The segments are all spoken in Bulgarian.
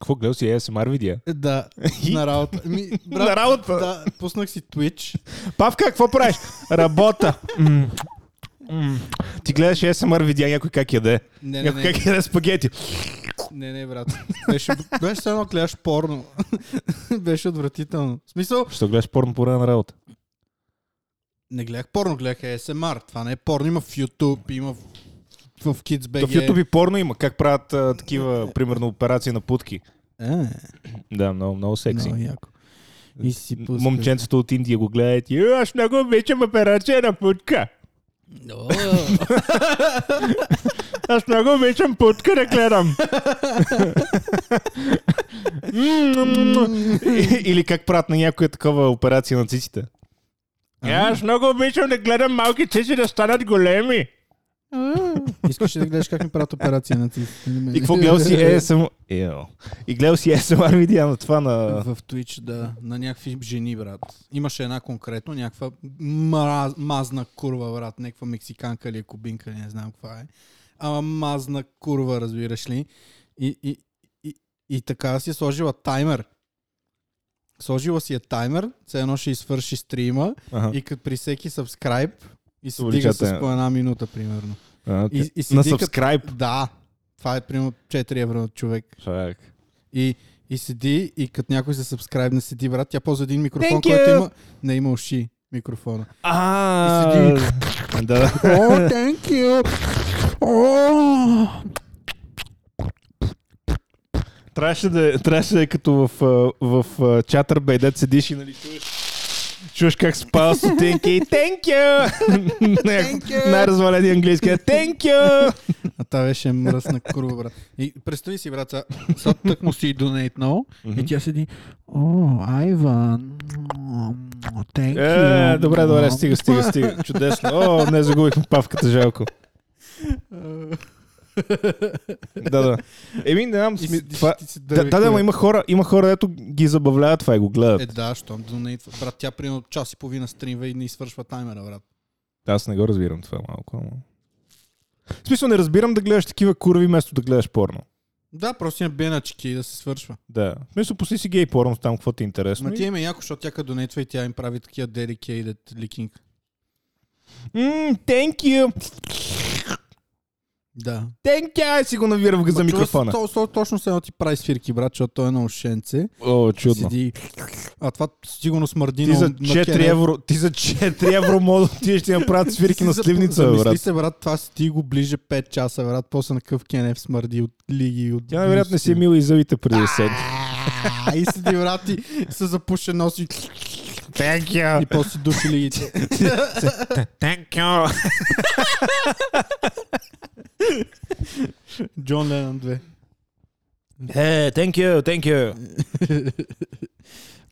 Какво гледал си ASMR видео? Е, Да, И? на работа. Ми, брат, На работа? Да, пуснах си Twitch. Павка, какво правиш? Работа. М. М. Ти гледаш ASMR видео, някой как яде. Е, Не, не, Някой не, как яде спагети. не, не, брат. Беше, беше все едно гледаш порно. беше отвратително. В смисъл, Що гледаш порно по време на работа? не гледах порно, гледах ASMR. Това не е порно, има в YouTube, има в, в То в KidsBG. YouTube и порно има. Как правят а, такива, примерно, операции на путки. Е, Да, много, много секси. много яко. И си пускаш. Момченцето от Индия го гледа и ти, «Е, аз много обичам операция на путка. О, Аз много обичам путка да гледам. Или как правят на някоя такова операция на циците. Е, Аз много обичам да гледам малки цици да станат големи. Искаш ли да гледаш как ми правят операция на циците? на мен? И какво гледал си Е, ASMR? Ео. И гледал си ASMR видео на това на... В Twitch, да. На някакви жени, брат. Имаше една конкретно, някаква мраз, мазна курва, брат. Някаква мексиканка или кубинка, не знам каква е. Ама мазна курва, разбираш ли. И, и, и, и така си е сложила таймер. Сложила си е таймер, все едно ще извърши стрима Ага. и като при всеки subscribe и се Увелича дига с таймер. по една минута, примерно. А, окей. И, и си На дига- subscribe. Да. Това е примерно 4 евро на човек. Чак. И, и седи, и като някой се сабскрайбне седи, брат, тя ползва един микрофон, Thank който you. има... Не, има уши микрофона. А, И да. О, oh, thank you! Oh. Трябваше да, е- трябваше да е като в, а, в, в чатър дет седиш и нали чуеш, чуеш как спава сутинки и thank you! Thank you. Най-развалени английски е thank you! А това беше мръсна курва, брат. И представи си, брат, сега- сега тък му си и донейтнал, и тя седи... О, Айван... Thank you. Е, добре, добре, стига, стига, стига. Чудесно. О, не загубихме павката, жалко. Да, да. Еми, не знам, И сми... седиш, това... ти си Да, дърви да, да, кура. ма има хора, има хора, дето ги забавляват това и го гледат. Е, да, щом донейтва. Брат, тя примерно час и половина стримва и не свършва таймера, брат. Аз не го разбирам това малко. Ама... В смисъл, не разбирам да гледаш такива курви, вместо да гледаш порно. Да, просто има беначки и да се свършва. Да. В смисъл, пусни си гей порно там, какво ти е интересно. Ма и- ти има яко, защото тя като донейтва и тя им прави такива dedicated ликинг. Мм, thank you. Да. Thank you. Ай, си го навира в за микрофона. То, то, точно се едно ти прави свирки, брат, защото той е на ушенце. О, чудно. Седи... А това сигурно смърди Ти на- за на 4 кенел. евро, ти за 4 евро мога да отидеш ти направят свирки Си на за- сливница, бе, замисли брат. се, брат, това си ти го ближе 5 часа, брат, после на къв кенев смърди от лиги. и От... Тя най-вероятно не си е мила и зъбите преди да седи. А, и седи, брат, и се запуше носи Thank you. и после си души лигите. Thank you. Джон Ленън 2. Hey, Е, thank you, thank you.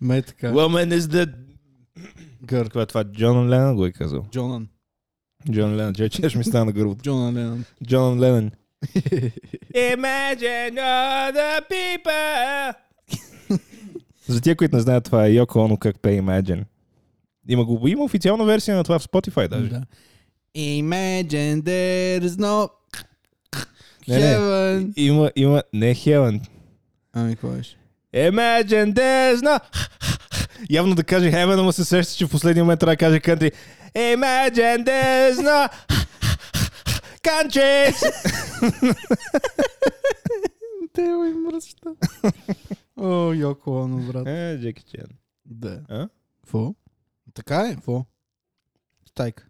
Ме е така. Woman is the... Гър. Каква е това? Джон Ленън го е казал. Джонан. Джон Ленън. Че, че ще ми стана гърлото. Джонан Ленън. Джон Ленън. Imagine all the people. За тия, които не знаят, това е Йоко Оно как пее Imagine. Има, го, има официална версия на това в Spotify даже. Да. Imagine there's no Не, не. heaven. Има, има, не Heaven. Ами, какво беше? Imagine there's no... Явно да каже Heaven, ама се сеща, че в последния момент трябва да каже Country. Imagine there's no... Countries! Те ме мръща. О, Йоко Оно, брат. Е, Джеки Чен. Да. А? Фо? Така е, фо. Стайка.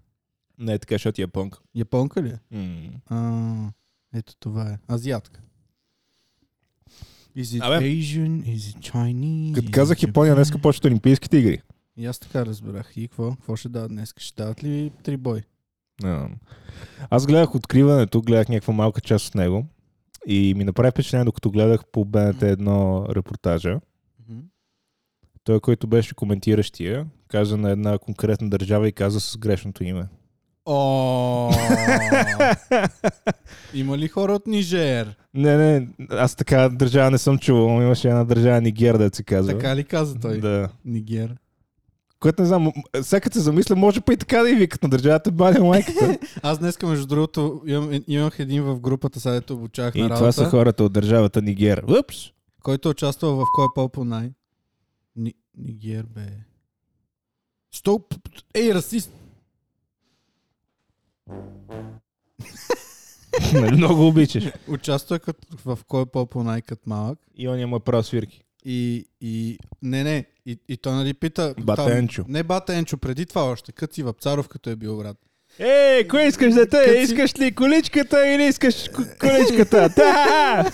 Не, така, защото е японка. Японка ли е? М. А, ето това е. Азиатка. Is it Абе. Asian? Is it Chinese? Като Is казах it Япония, днес Japan? почват Олимпийските игри. И аз така разбрах. И какво? Какво ще дават днес? Ще дават ли три бой? А. Аз гледах откриването, гледах някаква малка част от него и ми направи впечатление, докато гледах по БНТ едно репортажа. Той, който беше коментиращия, каза на една конкретна държава и каза с грешното име. О! Има ли хора от Нижер? Не, не, аз така държава не съм чувал, но имаше една държава Нигер, да се казва. Така ли каза той? Да. Нигер. Което не знам, м- сега като се замисля, може па и така да и викат на държавата баня майката. Аз днеска, между другото, имам, имах един в групата, сега дето обучавах и на работа. това са хората от държавата Нигер. Упс! Който участва в кой е по най? Ни, Нигер, бе. Стоп! Ей, расист! Нали много обичаш. Участва като, в кой е по най като малък. И он има прав свирки. И, и... Не, не. И, и той нали пита... Батенчо. Там, не Батенчо, преди това още. Кът си Вапцаров, като е бил брат. Ей, кое искаш дете? Като си- Искаш ли количката или искаш ку- количката? Та!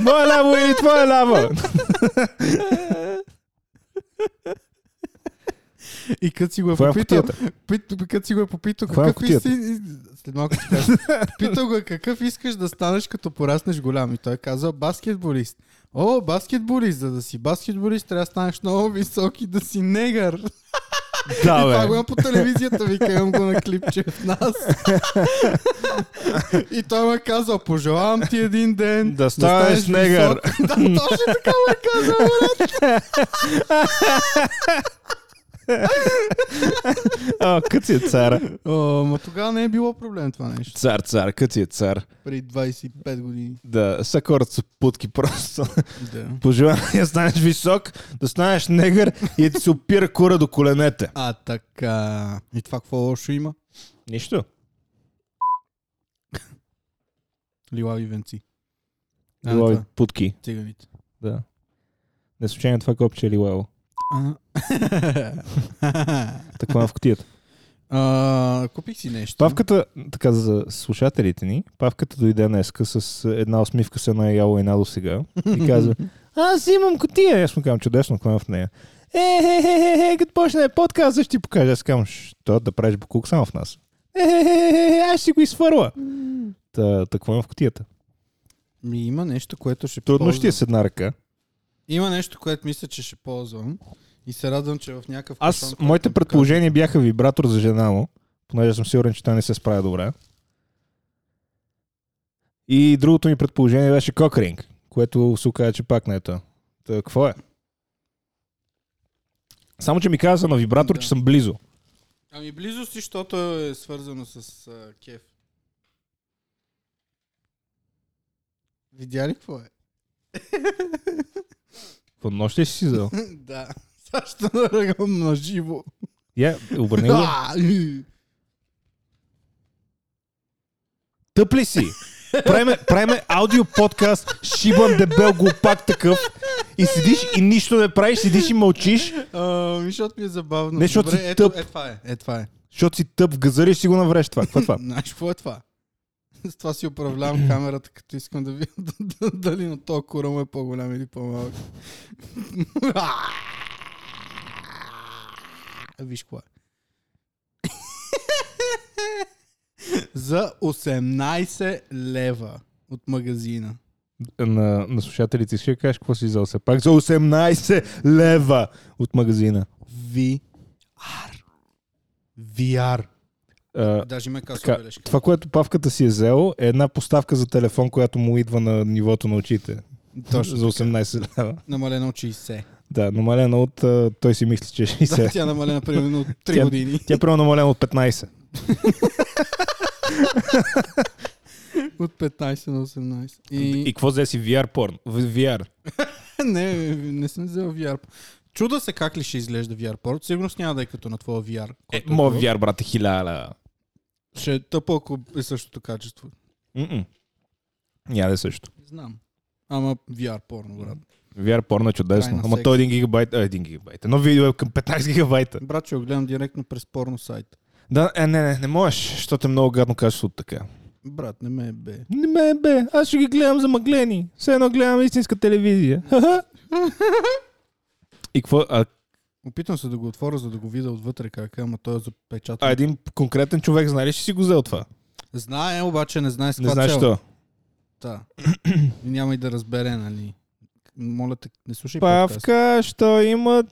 Моя ляво или твоя ляво? И кът си го е Това е в попитал... кутията. Пит, като си го е попитал Каква е какъв е си... След малко ще кажа. Питал го е какъв искаш да станеш като пораснеш голям. И той е казал баскетболист. О, баскетболист. За да си баскетболист трябва да станеш много висок и да си негър. и Е, това Да, го бе. има по телевизията, вика, имам го на клипче в нас. и той му е казал, пожелавам ти един ден Да станеш негър. висок. да, точно така му е казал. брат. А, кът си е цар. О, ма тогава не е било проблем това нещо. Цар, цар, кът си е цар. При 25 години. Да, са хората са путки просто. Да. Пожелавам ти да станеш висок, да станеш негър и да се опира кура до коленете. А така. И това какво лошо има? Нищо. Лилави венци. А, не Било това. путки. Циганите. Да. Не случайно това копче е лилаво. А. Такова е в котията. А, Купих си нещо. Павката, така за слушателите ни, Павката дойде днеска с една усмивка с едно яло и една до сега и каза Аз имам котия! Аз му казвам чудесно, какво има в нея? Е, хе, хе, хе, хе, като почне подкаст, ще ти покажа. Аз казвам, що да правиш букук само в нас. Е, хе, хе, хе, хе, аз ще го изфърла. Та, та какво има в котията? Ми има нещо, което ще Трудно ползвам. ще е с една ръка. Има нещо, което мисля, че ще ползвам. И се радвам, че в някакъв... кашон, Аз, който е моите ми предположения бяха вибратор за жена му, понеже съм сигурен, че тя не се справя добре. И другото ми предположение беше кокринг, което се оказа, че пак не е то. Та, какво е? Само, че ми каза на вибратор, Да. че съм близо. казва. Ами близо си, защото е свързано с а, кеф. Видя ли какво е? Какво нощ ли си си взел? да. Сега ще наръгам на живо. Я, Е, обърни го. Тъп ли си? Правиме, правиме аудио подкаст, шибан дебел глупак такъв и седиш и нищо не правиш, седиш и мълчиш, А, ми, защото ми е забавно. Не, защото Добре, си ето, тъп. Е, това е. Е, това е. защото си тъп, в газари и си го навреш това. Какво е това? Знаеш, какво е това? С това си управлявам камерата, като искам да видя д- д- дали на този кура му е по-голям или по-малък. А, Виж какво е. За 18 лева от магазина. на, на слушателите си ще кажеш какво си взел все пак за 18 лева от магазина. VR. VR. А, Даже има касова така, бележка. това, което павката си е взел, е една поставка за телефон, която му идва на нивото на очите. Точно за 18 лева. Намалена от 60. Да, намалена от... а, той си мисли, че ще Да, се... тя намалена примерно от 3 Тя- години. Тя е прямо намалена от 15. От 15 на 18. И, И, какво взе си? VR порн? VR. не, не съм взел VR. Чуда се как ли ще изглежда VR порт. Сигурно няма да е като на твоя VR. Е, който моят хубав. VR, брат, е 1000 лева. Ще е тъпо, ако е същото качество. М-м. Няма да е също. Не Знам. Ама VR порно, брат. VR порно е чудесно. Крайна Ама секс. той 1 гигабайт... А, 1 гигабайт. Едно видео е към 15 гигабайта. Брат, ще го гледам директно през порно сайт. Да, е, не, не, не можеш, защото е много гадно качество от така. Брат, не ме е бе. Не ме бе, аз ще ги гледам замъглени. Все едно гледам истинска телевизия. Ха-ха. И какво? А, Опитвам се да го отворя, за да го видя отвътре как е, ама той е запечатан. а един конкретен човек знае ли, че си го взел това? Знае, обаче не знае с Не каква знаеш цел. що. Та. И Няма и да разбере, нали. Моля те, не слушай подкаст. Павка, що има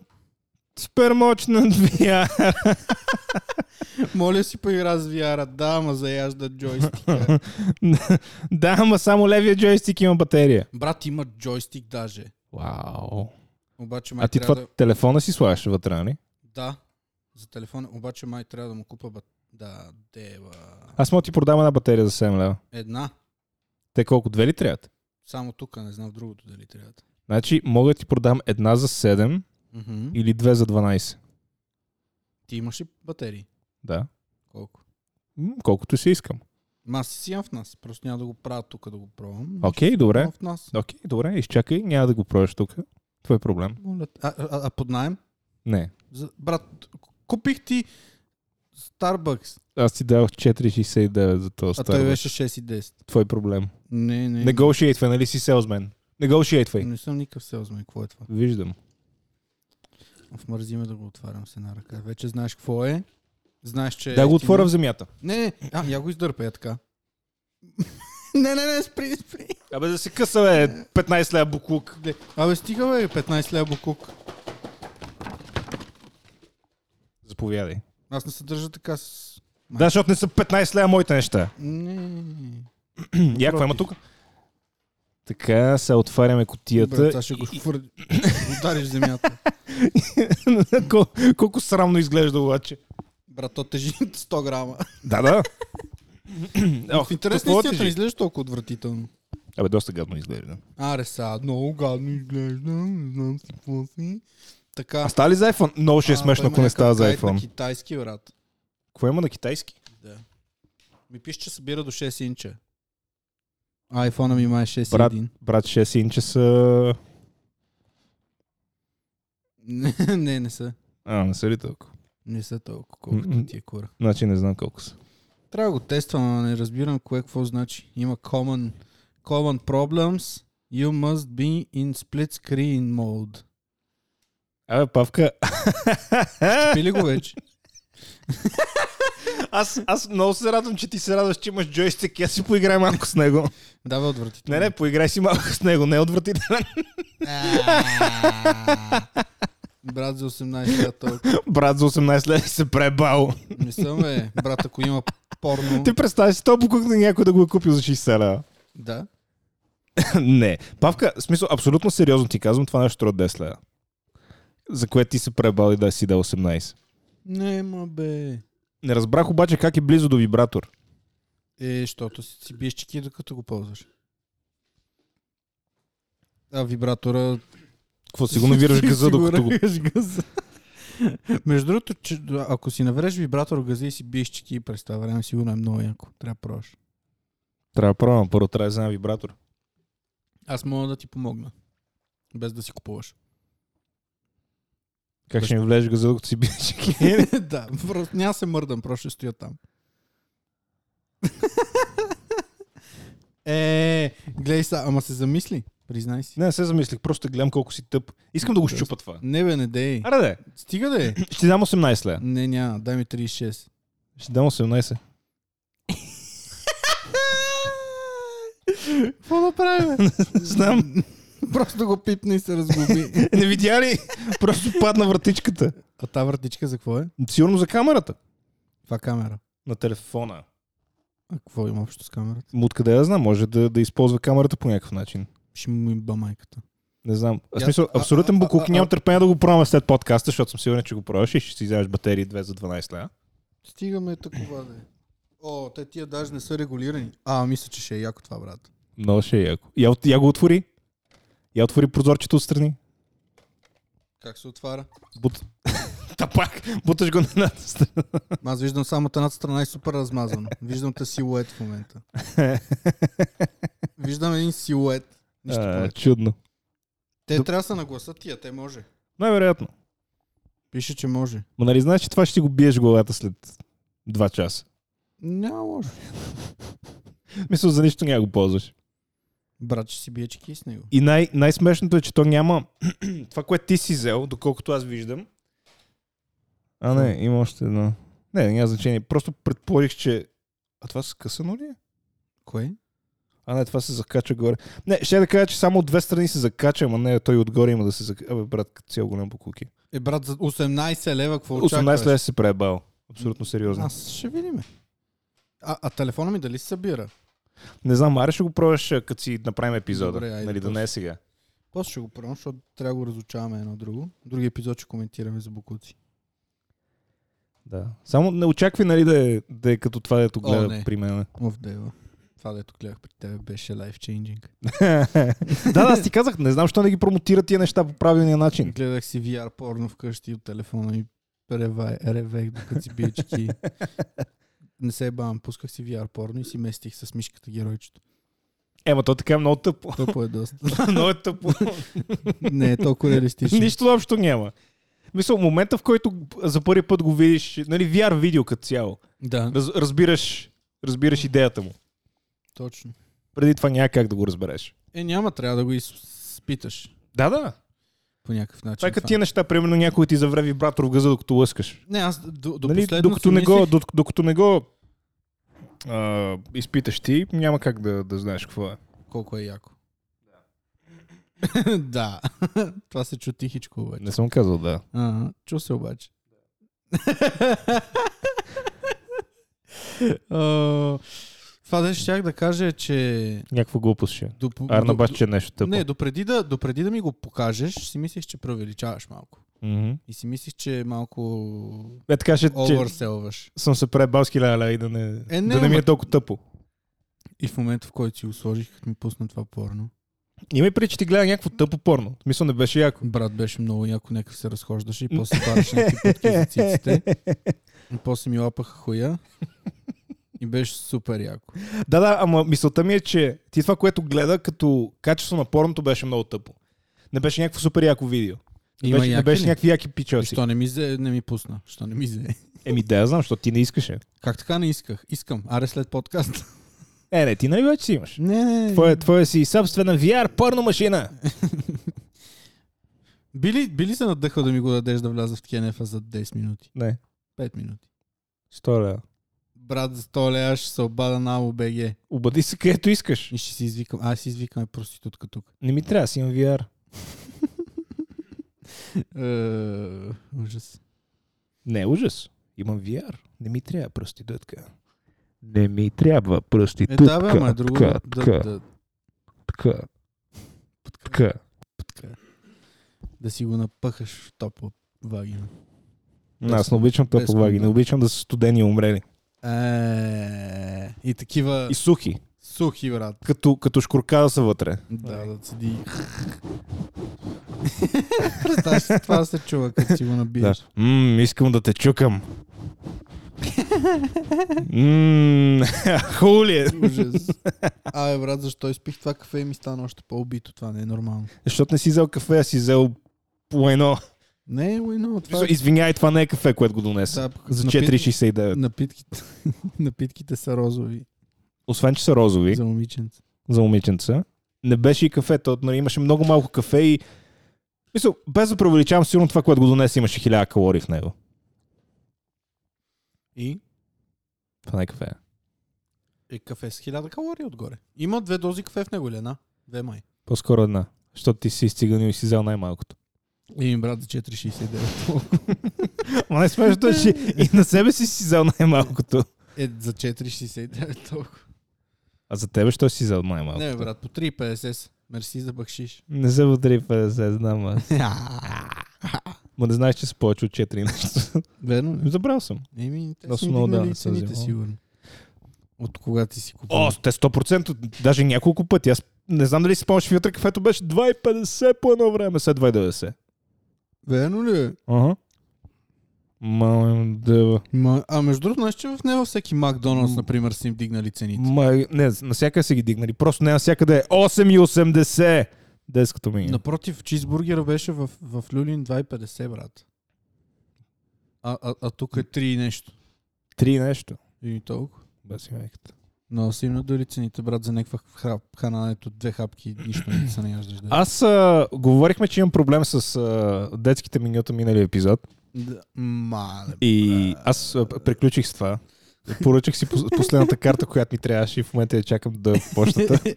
спермочна двия. Моля си поигра с VR, да, ама заяжда джойстика. да, ама само левия джойстик има батерия. Брат има джойстик даже. Вау. Обаче май А ти трябва това да... телефона си слагаш вътре, нали? Да, за телефона. Обаче май трябва да му купа бат... Да, дева. Аз мога да ти продам една батерия за 7 лева. Една. Те колко? Две ли трябват? Само тук, не знам в другото дали трябва. Значи, мога да ти продам една за 7 Mm-hmm. или две за 12. Ти имаш ли батерии? Да. Колко? М, Колкото си искам. Ма аз си имам в нас. Просто няма да го правя тук да го пробвам. Окей, Ще си добре. имам В нас. Окей, добре, изчакай, няма да го проеш тук. Твой проблем. Моля. те. А, а, а под найем? Не. За... Брат, купих ти Starbucks, Аз ти дадох 4,69 за този а стар. той беше Е. 6 и 10. Твой проблем. Не, не. Negotiate, нали си селзмен? Negotiate. Не съм никакъв селзмен. Какво е това? Виждам. В мързи ме да го отварям с една ръка. Вече знаеш какво е. Знаеш, че... е Да го ефтино. отворя в земята. Не, не, а, я го издърпя, я така. не, не, не, спри, спри. Абе да се къса, бе, 15 лева буклук. Гле- Абе, стига, бе, 15 лева букук. Заповядай. Аз не се държа така с... Май. Да, защото не са 15 лева моите неща. Не, не, не. Я, какво има тук? Така, сега отваряме Добре, котията. това ще го и- хвърли. Удариш в земята. Кол- Колко срамно изглежда обаче. Брат, то тежи 100 грама. Да, да. в интерес на какво истината тежи? не изглежда толкова отвратително. Абе, доста гадно изглежда. Аре са, много гадно изглежда, не знам си какво си. Така. А става ли за iPhone? Много ще е а, смешно, той ако има не става за някакъв гайд на iPhone. китайски, брат. Кое има на китайски? Да. Ми пише, че събира до 6 инча. Айфона ми май 6 Брат. и 1. Брат, 6 инча са... Не, не, не са. А, не са ли толкова? Не са толкова, колкото М-м. ти е кура. Значи не знам колко са. Трябва да го тествам, но не разбирам кое какво значи. Има common, common problems. You must be in split screen mode. Абе, Павка, Пили го вече. аз, аз много се радвам, че ти се радваш, че имаш джойстик. Я си поиграй малко с него. Да, бе, отвратително. Не, не, поиграй си малко с него. Не е отвратителен. Брат за 18 лет толкова. Брат за 18 лет се пребал. Не съм, бе. Брат, ако има порно... Ти представи си, то покук на някой да го е купил за 60 лева. Да. Не. Павка, в смисъл, абсолютно сериозно ти казвам, това нещо струва 10 лева. За което ти се пребал и да си да 18. Нема, бе. Не разбрах обаче как е близо до вибратор. Е, защото си, си биеш чеки, докато го ползваш. А вибратора... Какво си го навираш в газа, си докато го... навираш в газа. Между другото, че, ако си навреш вибратор в газа и си биеш чеки през това време, сигурно е много яко. Трябва да пробваш. Трябва да пробвам, първо трябва да взема вибратор. Аз мога да ти помогна. Без да си купуваш. Как ще ми влезеш в газа, докато си биеш чеки? да, просто няма се мърдам, просто ще стоя там. е, гледай са, ама се замисли. Признай си. Не, не се замислих, просто гледам колко си тъп. Искам да го щупа това. Не бе, не дей. Аре де, Стига да е. ще дам 18 лева. Не, няма. Дай ми 36. Ще дам 18. Какво да правим? Знам. Просто го пипна и се разгуби. Не видя ли? Просто падна вратичката. А та вратичка за какво е? Сигурно за камерата. Това е камера. На телефона. А какво има общо с камерата? Му откъде да знам, може да, да използва камерата по някакъв начин. Ще му им ба майката. Не знам. В Я- смисъл, а- абсолютен а- буклук. а- Нямам търпение да го пробваме след подкаста, защото съм сигурен, че го пробваш и ще си вземеш батерии 2 за 12 лева. Стигаме такова да е. О, те тия даже не са регулирани. А, мисля, че ще е яко това, брат. Много ще е яко. Я, от- я го отвори. Я отвори прозорчето отстрани. Как се отваря? Бут... Та пак, буташ го на едната страна. Ма Аз виждам само от едната страна и супер размазано. Виждам те силует в момента. Виждам един силует. Нищо А, повече. чудно. Те Доб- трябва да са на гласа тия, те може. Най-вероятно. Пише, че може. Ма нали знаеш, че това ще ти го биеш в главата след 2 часа? Няма лошо. Мисля, за нищо няма го ползваш. Брат, ще си бие чеки с него. И най- най-смешното е, че то няма това, което ти си взел, доколкото аз виждам. А не, има още едно. Не, няма значение. Просто предположих, че... А това се късано ли е? Кое? А не, това се закача горе. Не, ще да кажа, че само от две страни се закача, ама не, той отгоре има да се закача. Абе, брат, като цяло голям покуки. Е, брат, за 18 лева, какво 18 очакваш? лева си пребал. Абсолютно сериозно. Аз ще видим. А, а телефона ми дали се събира? Не знам, аре ще го пробваш, а, като си направим епизода. Добре, айде, нали, да не е сега. После ще го пробвам, защото трябва да го разучаваме едно друго. Други епизод ще коментираме за букуци. Да. Само не очаквай, нали, да е, да е като това, дето О, гледа не. при мен. Оф, дева. е, това, дето гледах при тебе, беше life changing. да, да, аз ти казах, не знам, защо не ги промотират тия неща по правилния начин. Гледах си VR порно вкъщи от телефона и ревай, ревех, докато си биечки. Не се бавам, пусках си VR порно и си местих с мишката геройчето. Ема то така е много тъпо. Тъпо е доста. много е тъпо. Не е толкова реалистично. Нищо общо няма. Мисля, момента, в който за първи път го видиш, нали, VR видео като цяло, Да, раз, разбираш, разбираш идеята му. точно. Преди това няма как да го разбереш. Е, няма, трябва да го изпиташ Да, да. по някакъв начин. Това е като това. тия неща, примерно някой ти завре вибратор в гъза, докато лъскаш. Не, аз до, до Нали, последно докато, си не мислех, го, док- докато не го а, изпиташ ти, няма как да, да знаеш какво е. колко е яко. да. Това се чу тихичко обаче. Не съм казал да. А, чу се обаче. О, Това днес щях да кажа, е, че... Някаква глупост ще. е. До, по- Арна до- баш, че е нещо тъпо. Не, допреди да, допреди да ми го покажеш, си мислих, че преувеличаваш малко. Мгм. И си мислих, че малко Е така, ще, че оверселваш. съм се пребал с хиляда и да не, Е, не, да не ми е ама- толкова тъпо. И в момента, в който си го сложих, като ми пусна това порно, Има и преди, че ти гледа някакво тъпо порно. Мисля, не беше яко. брат беше много яко, някакъв се разхождаше и после бараше някакви путки за циците. И после ми лапаха хуя. И беше супер яко. Да, да, ама мисълта ми е, че ти това, което гледа като качество на порното беше много тъпо. Не беше някакво супер яко видео. Не Има беше, не яки беше ли? някакви яки И пичоси. Що не ми, взе, не ми пусна? Що не ми взе? Еми да, я знам, защото ти не е. искаше. Как така не исках? Искам. Аре след подкаст. Е, не, ти нали вече си имаш? Не, не, не. Твоя, твоя си собствена VR порно машина. Би ли, би ли се надъхал да ми го дадеш да вляза в Кенефа за 10 минути? Не, 5 минути. столя. Брат, за 100 лева ще се обада на АОБГ. Обади се където искаш. И ще си извикам. Аз си извикаме проститутка тук. Не ми трябва, си имам VR. Е, ужас. Не, е ужас. Имам VR. Не ми трябва проститутка. Не ми трябва Е, проститутка. да, бе, ама е друго. да- да, да, така, подка- така. подка. да си го напъхаш в топла вагина. Не, аз не обичам без тъпо ваги. Не кондом. обичам да са студени и умрели. Е, и такива И сухи. сухи, брат. Като, като шкурка да са вътре. Да, да седи. Представяш си, това се чува, като си го Да. набиеш. Мм, искам да те чукам. Мм, хубаво ли е? Ужас. Абе, брат, защо изпих това кафе и ми стана още по-убито? Това не е нормално. Защото не си взел кафе, а си взел по едно. Не, уйно, това Мисля, е... Извинявай, това не е кафе, което го донесе. Да, За напит- 4,69. Напитките, напитките са розови Освен, че са розови за момиченца. за момиченца, не беше и кафе. То, нали, имаше много малко кафе и... Мисъл, без да преувеличавам, сигурно това, което го донесе, имаше 1000 калории в него. И? Това не е кафе. Е, кафе с 1000 калории отгоре. Има две дози кафе в него или една? Две май. По-скоро една. Защото ти си изциганил и си взел най-малкото. И брат за 4,69. Ма не смешното е, че и на себе си си взел най-малкото. Е, за 4,69 толкова. А за тебе, що си взел най-малкото? Не, бе, брат, по 3,50. са. Мерси за бакшиш. Не се вътре 50, знам аз. Ма не знаеш, че са повече от 4 нещо. Верно ли? Забрал съм. Еми, те Да, са с много, много да, да, се цените, взема. сигурно. От кога ти си купил? О, те 100%, даже няколко пъти. Аз не знам дали си спомняш вятър, кафето беше 2,50 по едно време, след 2,90. Верно ли? е? Ага. Малем дева. Ма, а между другото, знаеш, че в не във всеки Макдоналдс, например, са им дигнали цените. Май... Не, насякъде са ги дигнали. Просто не навсякъде е 8,80. Деското ми е. Напротив, чизбургера беше в, в Люлин 2,50, брат. А, а, а тук е 3 и нещо. Три нещо. И толкова. Без майката. Но си им надули цените, брат, за някаква храп, хранането, две хапки, нищо не ти се наяждаш. Да. Аз а, говорихме, че имам проблем с а, детските менюта миналия епизод. Да, мале, И аз а, приключих с това. Поръчах си пос- последната карта, която ми трябваше и в момента я чакам да е в почтата.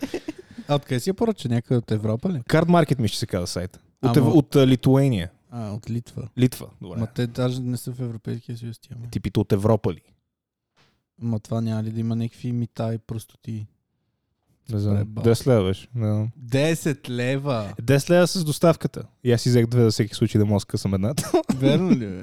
А откъде си я поръча? Някъде от Европа ли? Card Market ми ще се казва сайта. От, Ама- Ев- от а, Литуения. А, от Литва. Литва. Добре. Ма те даже не са в Европейския съюз тя. Ма. Ти пита от Европа ли? Ма това няма ли да има някакви мита и простоти? Не знам. Пребал. 10 лева беше. Не знам. 10 лева! 10 лева с доставката. И аз си взех две за всеки случай да мога да скъсам едната. Верно ли бе?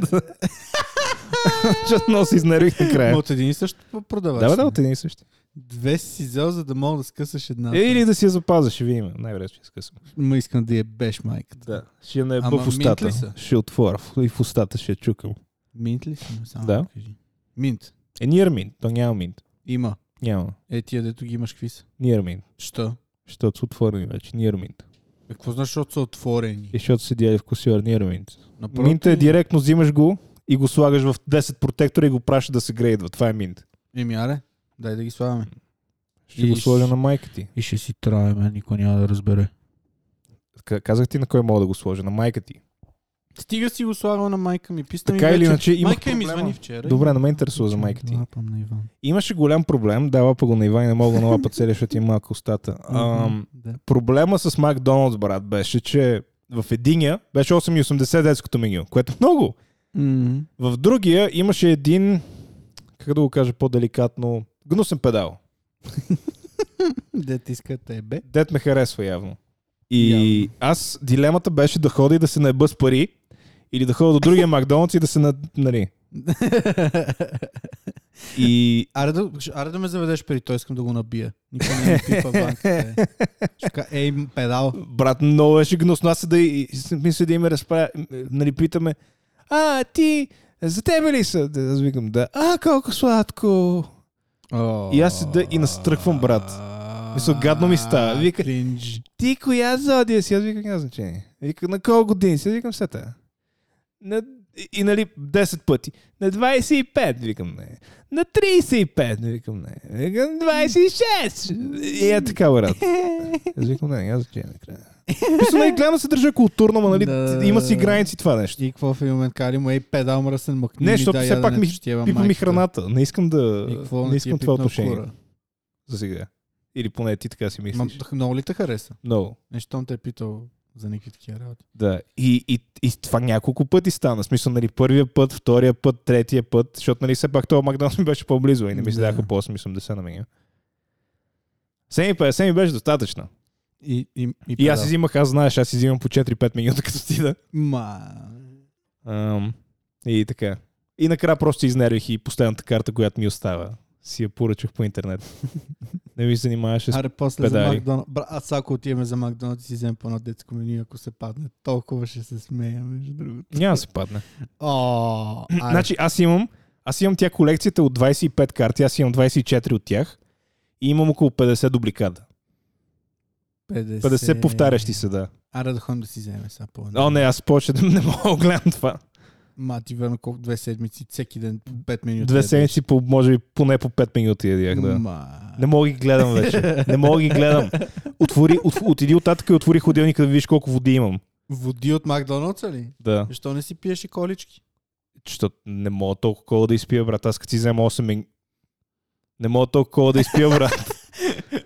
Защото много се изнервих накрая. Ма от един и също п- продаваш. Да, е бе, да, ли? от един и същи. Две си взел, за да мога да скъсаш една. Е, или да си я запаза, ще видим. Най-вероятно ще я скъсам. Ма искам да я беш майката. Да. Ще я наеба Ама в минт ли устата. са? Ще отворя в- и в устата ще я чукам. Минт ли си? Само Да. кажи. Минт. Е, нирминт. То няма минт. Има. Няма. Е, тия дето ги имаш какви са. Нирминт. Що? Защото са отворени вече. Нирминт. Е, Какво значи, защото са отворени? И защото се дяли в косиор нирминт. Напротив, Е, Минта е директно, взимаш го и го слагаш в 10 протектора и го праща да се грейдва. Това е минт. Еми, аре, дай да ги слагаме. Ще И го сложа ще- на майка ти. И ще си траеме, никой няма да разбере. К- Казах ти на кой мога да го сложа? На майка ти. Стига си го слагал на майка ми, писна ми Така или вече. иначе имах Майка ми проблема. звъни вчера. Добре, не ме интересува за майка ти. Лапам на Иван. Имаше голям проблем, да, лапа го на Иван, не мога да лапа целия, защото има малко устата. Ам, Да. проблема с Макдоналдс, брат, беше, че в единия беше 8,80 детското меню, което е много. В другия имаше един, как да го кажа по-деликатно, гнусен педал. Де ти иска тебе. Дет ме харесва явно. И Явно. аз, дилемата беше да ходя и да се наеба с пари, или да ходя до другия Макдоналдс и да се на... Нали. И аре, да, аре да ме заведеш при той, искам да го набия. Никой не ми пипа банката. е. Ще кажа, ей, педал. Брат, много беше гнусно. Аз да и, и си- мисля да им разправя. Нали, питаме. А, ти, за тебе ли са? Да, Аз викам, да. А, колко сладко. И аз седа и настръхвам, брат. Мисля, гадно ми става. Вика- Кринж. Ти коя зодия си? Аз викам, няма значение. Вика, на колко години си? Аз викам, сета. На... И, и, нали, 10 пъти. На 25, викам, не. На 35, викам, не. Викам, 26. И е така, брат. Аз викам, не, няма значение накрая. Мисля, нали, гледам да се държа културно, ма, нали, Да. има си граници това нещо. И какво в един момент кари му, ей, педал мръсен мъкни. Не, ми, защото дай все пак ми яденето, ще ти ебам Пипа ми майката. храната. Не искам да. И какво не не ти е искам това пипнал отношение. кура? За сега. Или поне ти така си Ма, мислиш. много ли те хареса? Много. Нещо там те е питал за някакви такива работи. Да. И, и, и това няколко пъти стана. В Смисъл, нали, първия път, втория път, третия път, защото, нали, все пак това Макдоналдс ми беше по-близо и не ми се Да. даха по 8,80 на меню. 7,50 ми беше достатъчна. И, и, и, И аз педал. изимах, аз знаеш, аз изимам по 4-5 менюта, като стида. Ма... Ам, и така. И накрая просто се изнервих и последната карта, която ми остава. Си я поръчах по интернет. не ми се занимаваше с Аре, после за педали. Макдоналд. Бра, аз ако отиваме за Макдоналд и си вземем по едно детско меню, ако се падне, толкова ще се смея, между другото. Няма да се падне. О, аре. Значи аз имам, аз имам тя колекцията от 25 карти, аз имам 24 от тях и имам около 50 дубликата. 50, 50 повтарящи се, да. Аре да ходим да си вземем сега по едно. О, не, аз повече да не мога да гледам това. Ма ти верно колко две седмици, всеки ден по 5 минути. Две седмици, по, може би поне по 5 минути ядях, да. Ма... Не мога ги гледам вече. Не мога ги гледам. Отвори, от, отиди оттатък и отвори ходилника да видиш колко води имам. Води от Макдоналдса ли? Да. Защо не си пиеш и колички? Защото не мога толкова кола да изпия, брат. Аз като си взема 8 мен... Не мога толкова кола да изпия, брат.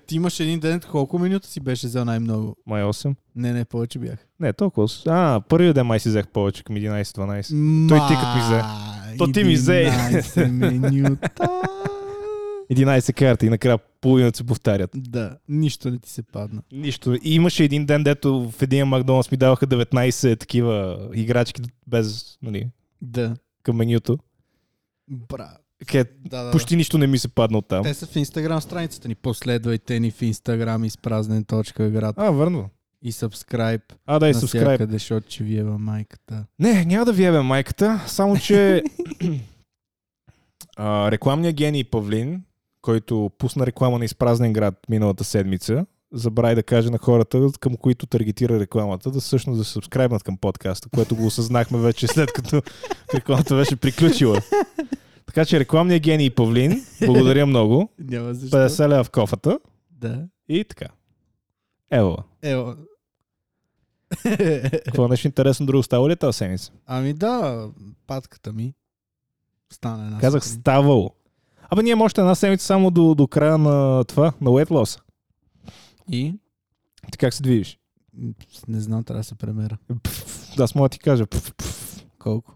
Ти имаш един ден, колко минута си беше за най-много? Май 8. Не, не, повече бях. Не, толкова. А, първият ден май си взех повече, към 11-12. Той ти като ми взе. То ти ми взе. 11 Менюта. 11 карти и накрая половината се повтарят. да, нищо не ти се падна. Нищо. И имаше един ден, дето в един Макдоналдс ми даваха 19 такива играчки без, нали, Да. към менюто. Бра. Ке, Да, да, почти нищо не ми се падна от там. да. Те са в Инстаграм страницата ни. Последвайте ни в Инстаграм изпразнен точка град А, върна. и сабскрайб. А, да, и subscribe. Навсякъде, защото ще ви ева майката. Не, няма да виебе майката, само че а, рекламният гений Павлин, който пусна реклама на изпразнен град миналата седмица, забрави да каже на хората, към които таргетира рекламата, да всъщност да се сабскрайбнат към подкаста, което го осъзнахме вече след като рекламата беше приключила. Така че рекламният гений Павлин, благодаря много. Няма защо. 50 лева в кофата Да. и така. Ева. Ева. Какво нещо интересно друго става ли тази седмица? ами да, патката ми стана една. Казах сутрин. ставало. Абе, ние имаме още една седмица само до, до края на това, на weight loss. И? Ти как се движиш? М, Не знам, трябва да се премера. Пф, аз мога да ти кажа. Пф, пф. Колко?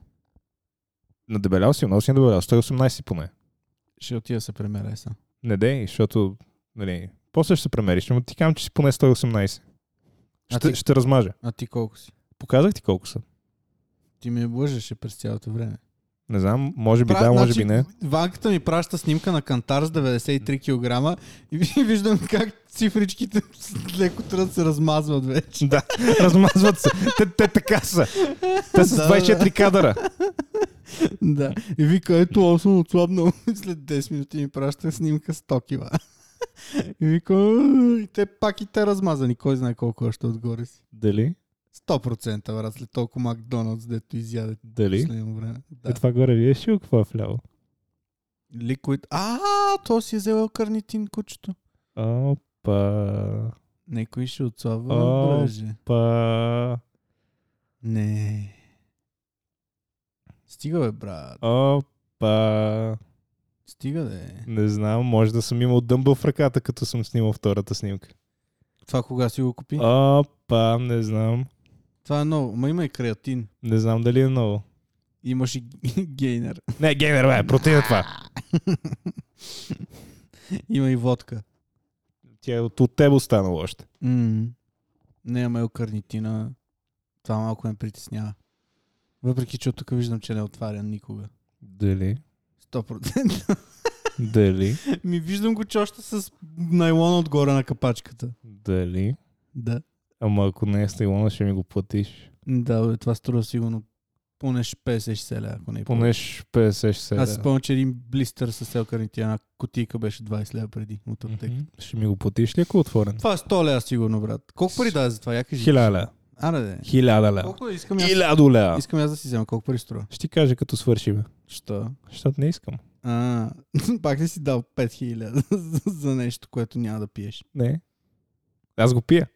Надебелял си, много си надебелял. 118 си поне. Ще отида да се премера е сега. Не дей, защото... Нали, после ще се премериш, но ти казвам, че си поне 118. А Ще, ти- ще размажа. А ти колко си? Показах ти колко са. Ти ме лъжеше през цялото време. Не знам, може би да, значи- може би не. Ванката ми праща снимка на кантар с 93 кг и ви- виждам как цифричките с- леко трябва да се размазват вече. Да, размазват се. Те, те така са. Те са с Да, 24 кадъра. да. И вика, ето аз съм отслабнал. И След 10 минути ми праща снимка с 100 кила. и вика, «Уу», и те пак и те размазани. Кой знае колко още отгоре си. Дали? 100% брат, след толкова Макдоналдс, дето изяде Дали? последно време. Да. Е, това горе вие ще какво е вляво? Ликвид. А, то си е взел карнитин кучето. Опа. Некой ще отслабва О. на бръже. Опа. Не. Стига бе, брат. Опа. Стига да е. Не знам, може да съм имал дъмбъл в ръката, като съм снимал втората снимка. Това кога си го купи? Опа, не знам. Това е ново. Ма има и креатин. Не знам дали е ново. Имаш и г- гейнер. Не, геймер, бе, протеин е това. Има и водка. Тя е от, от теб останало още. М. Не има ел карнитина. Това малко ме притеснява. Въпреки, че от тук виждам, че не отваря никога. Дали? 100%. Дали? Ми виждам го, че още с найлон отгоре на капачката. Дали? Да. Ама ако не е с Тайлона, ще ми го платиш. Да, бе, това струва сигурно поне 50-60 ля, ако не е повече. Поне 50-60. Аз си спомням, че един блистър с елкарните, една котийка беше 20 лева преди от аптека. Мгм. Ще ми го платиш ли, ако е отворен? Това е 100 лева сигурно, брат. Колко пари даде за това? Я кажи. Хиляда. Аре, де. Хиляда ля. Колко искам аз, Хиляда ля. искам аз да си взема? Колко пари струва? Ще ти кажа като свършим. Що? Защото не искам. А, пак ли си дал 5000 за- за нещо, което няма да пиеш? Не. Аз го пия.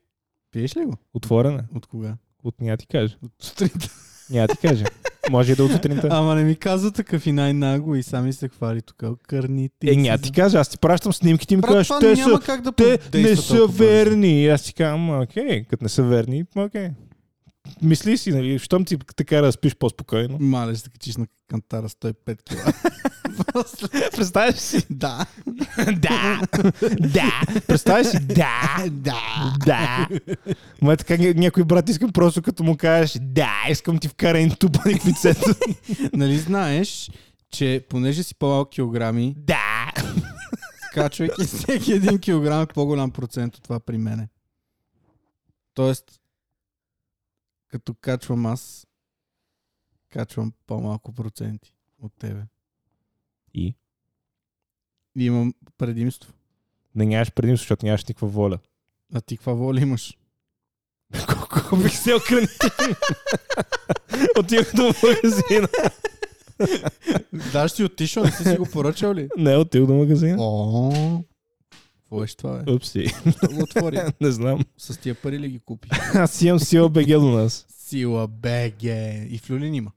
Пиеш ли го? Отворена. От кога? От няма ти кажа. От сутринта. Няма ти кажа. Може и да е от сутринта. Ама не ми казва такъв и най-наго и сами се хвали тук. Кърните. Е, няма ти кажа. Аз ти пращам снимките и ми Брат, кажеш, това те няма са как да те подейства не са толкова бързо. верни. И аз ти казвам, «Ма, окей, като не са верни, ма, окей. Мисли си, нали, щом ти така да спиш по-спокойно. Мале, ще се качиш на кантара 105 кила. После- Представяш си? да. да! да! Представяш си? Да! Да. Да! Ма е така ня- някой брат искам просто като му кажеш да, искам ти вкара един тупаник в лицето. Нали знаеш, че понеже си по-малки килограми, да! качвайки всеки един килограм е по-голям процент от това при мене. Тоест, като качвам аз, качвам по-малко проценти от тебе. И? И имам предимство. Не нямаш предимство, защото нямаш никаква воля. А ти каква воля имаш? Колко бих се окрънил. Отивах до магазина. Да, ще си отишъл, не си си го поръчал ли? Не, отивах до магазина. О, какво беше това, бе? Упси, Що го отвори? не знам. С тия пари ли ги купи? Аз имам сила БГ до нас. Сила БГ. И в Люлин има.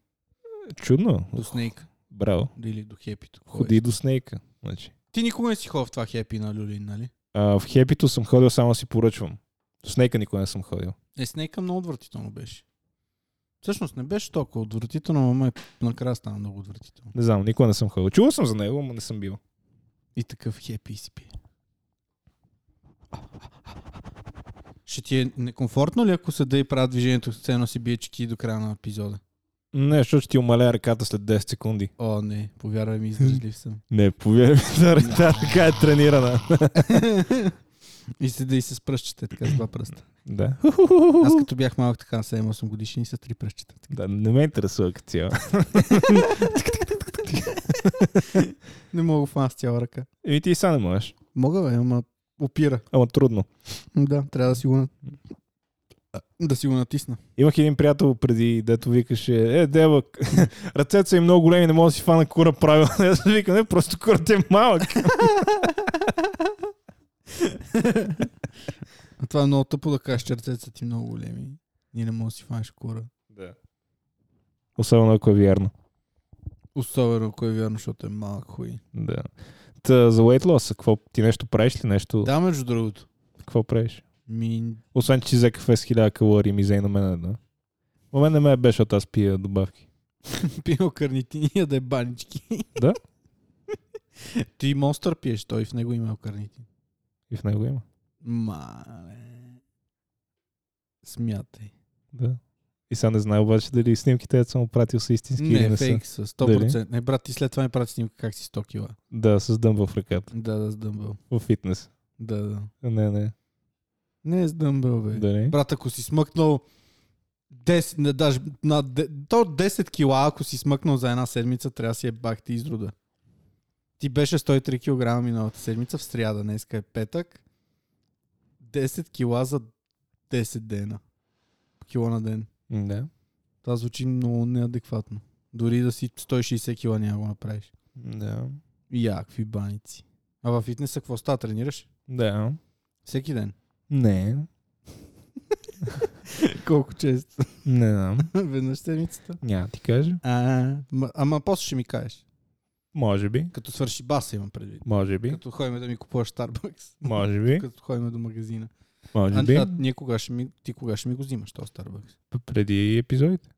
Чудно. До Снейк. Браво. Или до Хепито. Кой е? Ходи до снейка. Значи. Ти никога не си ходил в това Хепи на Люлин, нали? А, в хепито съм ходил, само си поръчвам. До снейка никога не съм ходил. Е, Снейка много отвратително беше. Всъщност не беше толкова отвратително, но накрая стана много отвратително. Не знам, никога не съм ходил. Чувал съм за него, но не съм бил. И такъв хепи си пие. Ще ти е некомфортно ли, ако се да и правят движението с цено си биечки до края на епизода? Не, защото ще ти омаля ръката след 10 секунди. О, не, повярвай ми, издръжлив съм. Не, повярвай ми, да, ръката така е тренирана. и се да и се спръщате така с два пръста. да. Аз като бях малък така на 7-8 годишни с три пръщета. да, не ме интересува като цяло. Не мога да фана с цяла ръка. Еми Ами ти и сега не можеш. Мога, бе, ама опира. Ама трудно. Да, трябва да си го, на... да си го натисна. Имах един приятел преди, дето викаше, е, дева, ръцете са им много големи, не мога да си фана кура правилно. Аз викам, не, просто курът е малък. А това е много тъпо да кажеш, че ръцете са ти много големи. Ние не можеш да си фанеш кура. Да. Особено ако е вярно. Особено ако е вярно, защото е малък хуй. Да. Та, за weight loss, какво, ти нещо правиш ли? Нещо, Да, между другото. какво правиш? Ми... Освен, че си взе кафе с 1000 калории, ми взе на мен да. В мен не ме е беше, защото аз пия добавки. Пил карнитиния да е банички. Да? ти монстър пиеш, той в него има карнитин. И в него има. Мале. Смятай. Да. И сега не знае обаче дали снимките, които съм му пратил, са истински или Не, не фейк са. са, 100%. Не, брат, ти след това ми прати снимка как си 100 кила. Да, с дъмбъл в ръката. Да, да, с дъмбел. В фитнес. Да, да. Не, не. Не с дъмбел, бе. Да не. Брат, ако си смъкнал 10, не, даже, на, де- то 10 кила, ако си смъкнал за една седмица, трябва да си е бак ти изрода. Ти беше 103 кг миналата седмица, в сряда, днеска е петък. 10 кила за 10 дена. Кило на ден. Да. Това звучи много неадекватно. Дори да си 160 кила няма го направиш. Да. Якви баници. А във фитнеса какво става? Тренираш? Да. Всеки ден. Не. Колко често? Не знам. Веднъж седмицата. Няма да ти кажа. А, ма- ама после ще ми кажеш. Може би. Като свърши баса имам предвид. Може би. Като ходим да ми купуваш Starbucks. Може би. Като ходим до магазина. Може А, би. а ние кога ще ми, ти кога ще ми го взимаш, то Starbucks? Преди епизодите.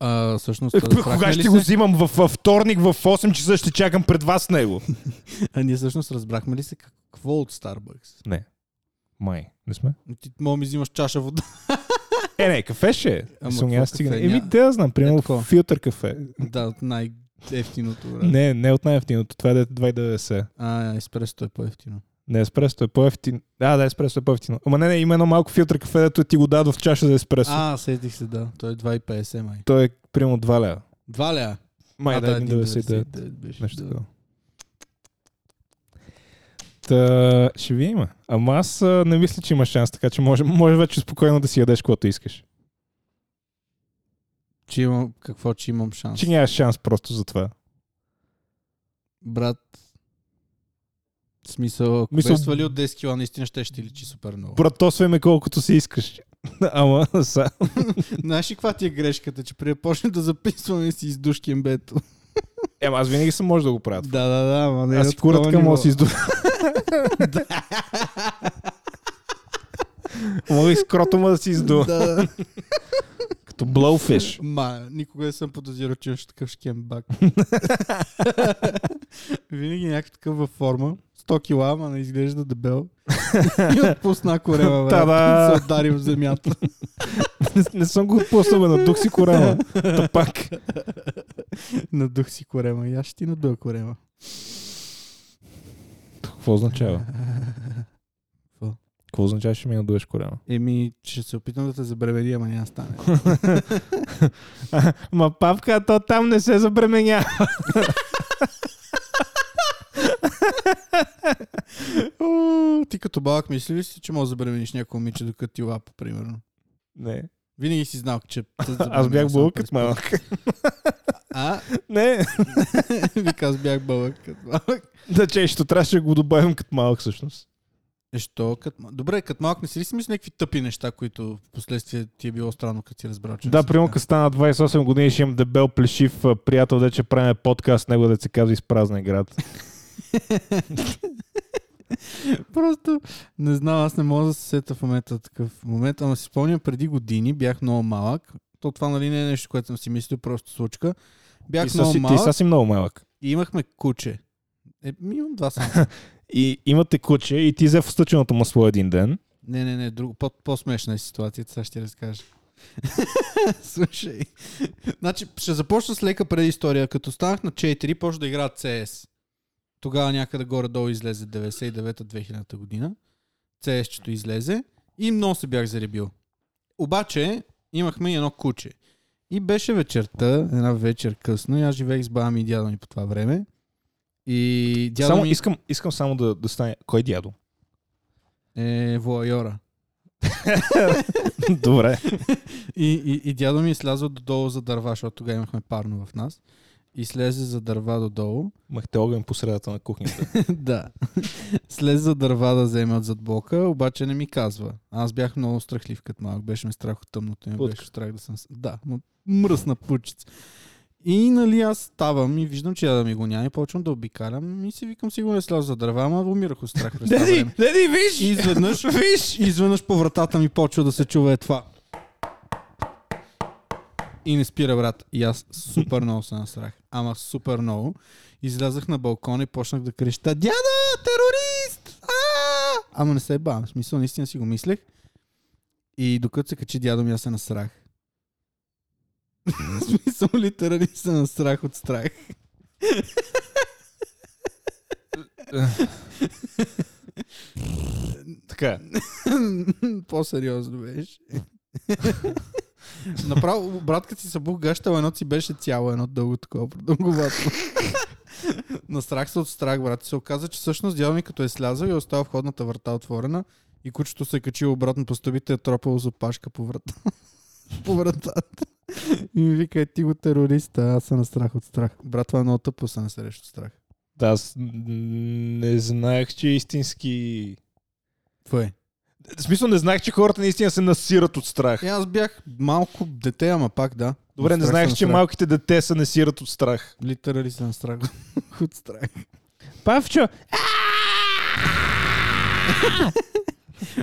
А, всъщност, Е, Кога ще го взимам в във вторник в 8 часа ще чакам пред вас него. а ние всъщност разбрахме ли се какво от Starbucks? Май. Не сме. Ти мога ми взимаш чаша вода. Е, не, кафе ще е. Ама Мисъл, какво няма стига. кафе? Еми, Ня- Е, да, знам. Примерно такова. филтър кафе. да, от най-ефтиното. Брат. Не, не от най-ефтиното. Това е дето 2,90. А, еспресото е по-ефтино. Не, еспресото е по-ефтино. Да, да, еспресото е по-ефтино. Ама не, не, има едно малко филтър кафе, дето ти го дадох в чаша за еспресо. А, сетих се, да. Той е 2,50 май. Той е примерно 2 лева. Два ля? Май, а, да, 1,99. 1,99 беше. Нещо да. такова. Та, ще ви има. Ама аз а, не мисля, че има шанс, така че може, може вече спокойно да си ядеш каквото искаш. Че имам, какво, че имам шанс. Че нямаш шанс просто за това. Брат, в смисъл, ако Мисъл- Мисъл... без свали от 10 кила, наистина ще ще личи супер много. Братосвай ме колкото си искаш. Ама, са. Знаеш ли каква ти е грешката, че преди да почнем да записваме си издушки бето? Ема, аз винаги съм може да го правя. това. да, да, да, ма не е аз си кура така мога да си изду... Мога и с кротома да си изду. Да, Като блоуфиш. ма, никога не съм подозирал, че имаш такъв шкембак. Винаги някакъв такъв във форма. 100 кила, ама не изглежда дебел. И отпусна корема, Та-да! брат. се удари в земята. Не, не съм го пуснал, бе, надух си корема. Та пак. Надух си корема. И аз ще ти надуя корема. Какво означава? Какво означава, ще ми надуеш корема? Еми, ще се опитам да те забревери, ама няма да стане. Ма папка, то там не се забременя. Уу, Ти като балък мисли ли си, че може да забремениш някой момиче, докато ти лапа, примерно? Не. Винаги си знал, че... Аз бях бълък като малък. А, Не. вика, аз бях бълък като малък. Да, че, ще трябваше да го добавим като малък всъщност. Е, Що, като... ма- Добре, като малък не си ли си мисли някакви тъпи неща, които в последствие ти е било странно, като си разбрал, че... не Да, са примерно така? като стана 28 години, ще имам дебел плешив а, приятел, де че правим подкаст, с него да се казва изпразнен град. Просто не знам, аз не мога да се сета в момента такъв момент, ама си спомням преди години, бях много малък. То това нали не е нещо, което съм си мислил, просто случка. Бях Ти са много си- ти малък са си много малък. и имахме куче. Е, ми имам два само. И имате куче и ти взе в стъченото масло един ден. Не, не, не, друго. По, по-смешна е ситуацията, сега ще ти разкажа. Слушай. значи, ще започна с лека предистория. Като станах на 4, почна да игра CS. Тогава някъде горе-долу излезе 99-2000 година. CS-чето излезе и много се бях заребил. Обаче, имахме и едно куче. И беше вечерта, една вечер късно, и аз живеех с баба ми и дядо ми по това време. И дядо само ми искам, искам само да, да стане... Кой дядо? е воайора. Добре. И, и, и дядо ми е слязъл додолу за дърва, защото тогава имахме парно в нас. И слезе за дърва додолу. Махте огън по средата на кухнята. да. слезе за дърва да вземе от зад блока, обаче не ми казва. Аз бях много страхлив като малък. Беше ме страх от тъмното. Не Путка. беше страх да съм... с- Да, м- мръсна пучица. И нали аз ставам и виждам, че я да ми го няма и почвам да обикалям и си викам сигурно е слязъл за дърва, ама умирах от страх през това време. деди, И виж! изведнъж, виж, изведнъж по вратата ми почва да се чува е това. И не спира, брат. И аз супер много се насрах. Ама супер много. Излязах на балкона и почнах да креща Дядо, терорист! А! Ама не се бавам. В смисъл, наистина си го мислех. И докато се качи дядо ми, аз се насрах. В смисъл литерали са на страх от страх. Така. е. По-сериозно беше. Направо, братка си събух гащал, едно си беше цяло, едно дълго такова продълговато. Настрах се от страх, брат. И се оказа, че всъщност дядо ми като е слязал и е оставил входната врата отворена и кучето се е качило обратно по стъбите и е тропало за пашка по врата. по вратата. И ми вика, «Е, ти го терориста, аз съм на страх от страх. Брат, това е много тъпо, съм срещу страх. Да, аз н- не знаех, че е истински... Това е. В смисъл не знаех, че хората наистина се насират от страх. И аз бях малко дете, ама пак да. Добре, От не страх знаех, съм че страх. малките дете се насират от страх. Литерали съм страх от страх. Павчо!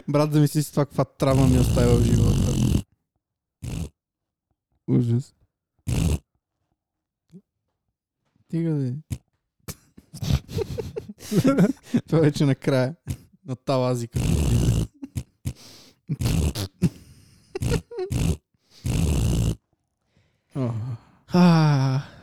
Брат, замисли си това каква травма ми оставя в живота. Ужас. Тига да е. Това е вече накрая. На талазика. О,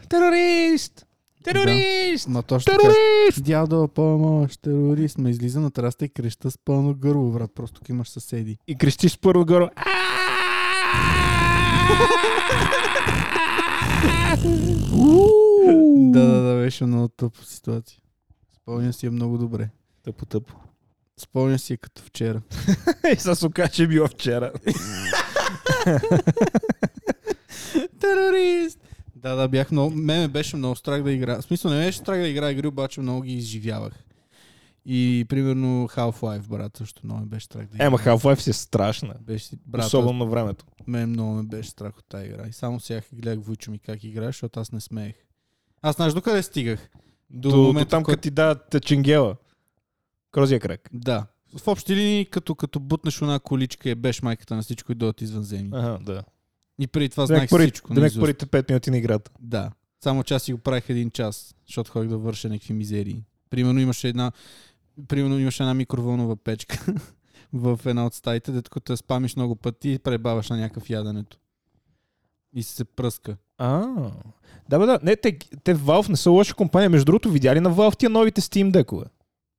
Терорист! Терорист! Ма точно така. Терорист! Дядо, помощ, терорист, ме излиза на тераста и креща с пълно гърло, брат. Просто тук имаш съседи. И крещиш с първо горе. Да, да, да, беше много тъпа ситуация. Спомням си я много добре. Тъпо, тъпо. Спомням си я като вчера. И сега се оказа, че е било вчера. Терорист! Да, да, бях много... Мене беше много страх да игра. В смисъл, не беше страх да игра игри, обаче много ги изживявах. И примерно Half-Life, брат, също много ме беше страх да игра. Ема, Half-Life си е страшна. Беше си- брат, Особено... Особено на времето. мен много ме беше страх от тази игра. И само сега гледах Вуйчо ми как играе, защото аз не смеех. Аз знаеш докъде стигах? До, до, момента, там, в който- като ти дадат а, ченгела. Крозия крак. Да. В общи линии, като, като бутнеш една количка, е беше майката на всичко и дойдат извънземни. Ага, да. И преди това Демек знаех първи- всичко. нали, демек наизуст. първите 5 минути на играта. Да. Само че аз си го правих един час, защото ходих да върша някакви мизерии. Примерно имаше една, примерно имаше една микровълнова печка в една от стаите, дето като я спамиш много пъти и пребаваш на някакъв яденето. И се пръска. А, да, бе, да. Не, те, те Valve не са лоша компания. Между другото, видяли на Valve тия новите Steam декове.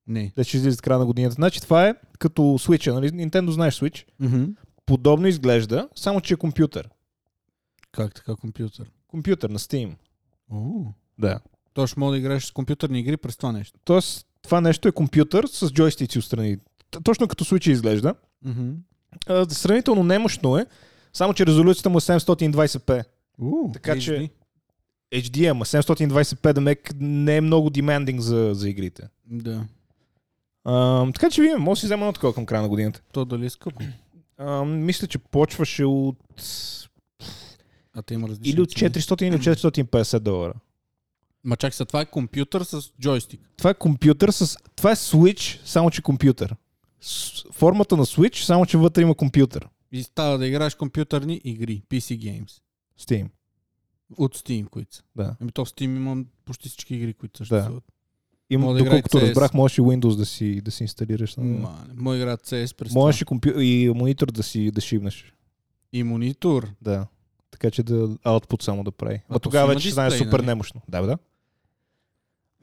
Не. Да ще излизат в края на годината. Значи това е като Switch, нали? Nintendo знаеш Switch. Mm-hmm. Подобно изглежда, само че е компютър. Как така компютър? Компютър на Steam. О. Да. Точно мога да играеш с компютърни игри през това нещо. Тоест, това нещо е компютър с джойстици отстрани. Т- Точно като Switch изглежда. Mm-hmm. А, сравнително немощно е, само че резолюцията му е 720p. Uh, Така че- HD, ама 720p да мек не е много demanding за, за игрите. Да. А, така че видим, може да си взема едно такова към края на годината. То дали е скъпо? А, мисля, че почваше от... А те има различни Или от цени. 400 или от 450 долара. Ма чак се, това е компютър с джойстик. Това е компютър с... Това е Switch, само че компютър. С... Формата на Switch, само че вътре има компютър. И става да играеш компютърни игри, PC Games. Steam. От Steam, които са. Да. Еми то в Steam имам почти всички игри, които Да. съществуват. Има, Мога да играе доколкото CS. разбрах, можеш и Windows да си, да си инсталираш. Да. На... Мале. Мой играят CS през Можеш Можеш... и, компю... и монитор да си да шибнеш. И монитор. Да. Така че да output само да прави. А А, а то тогава си има вече стане дисплей, супер нали? немощно. Да, бе, да.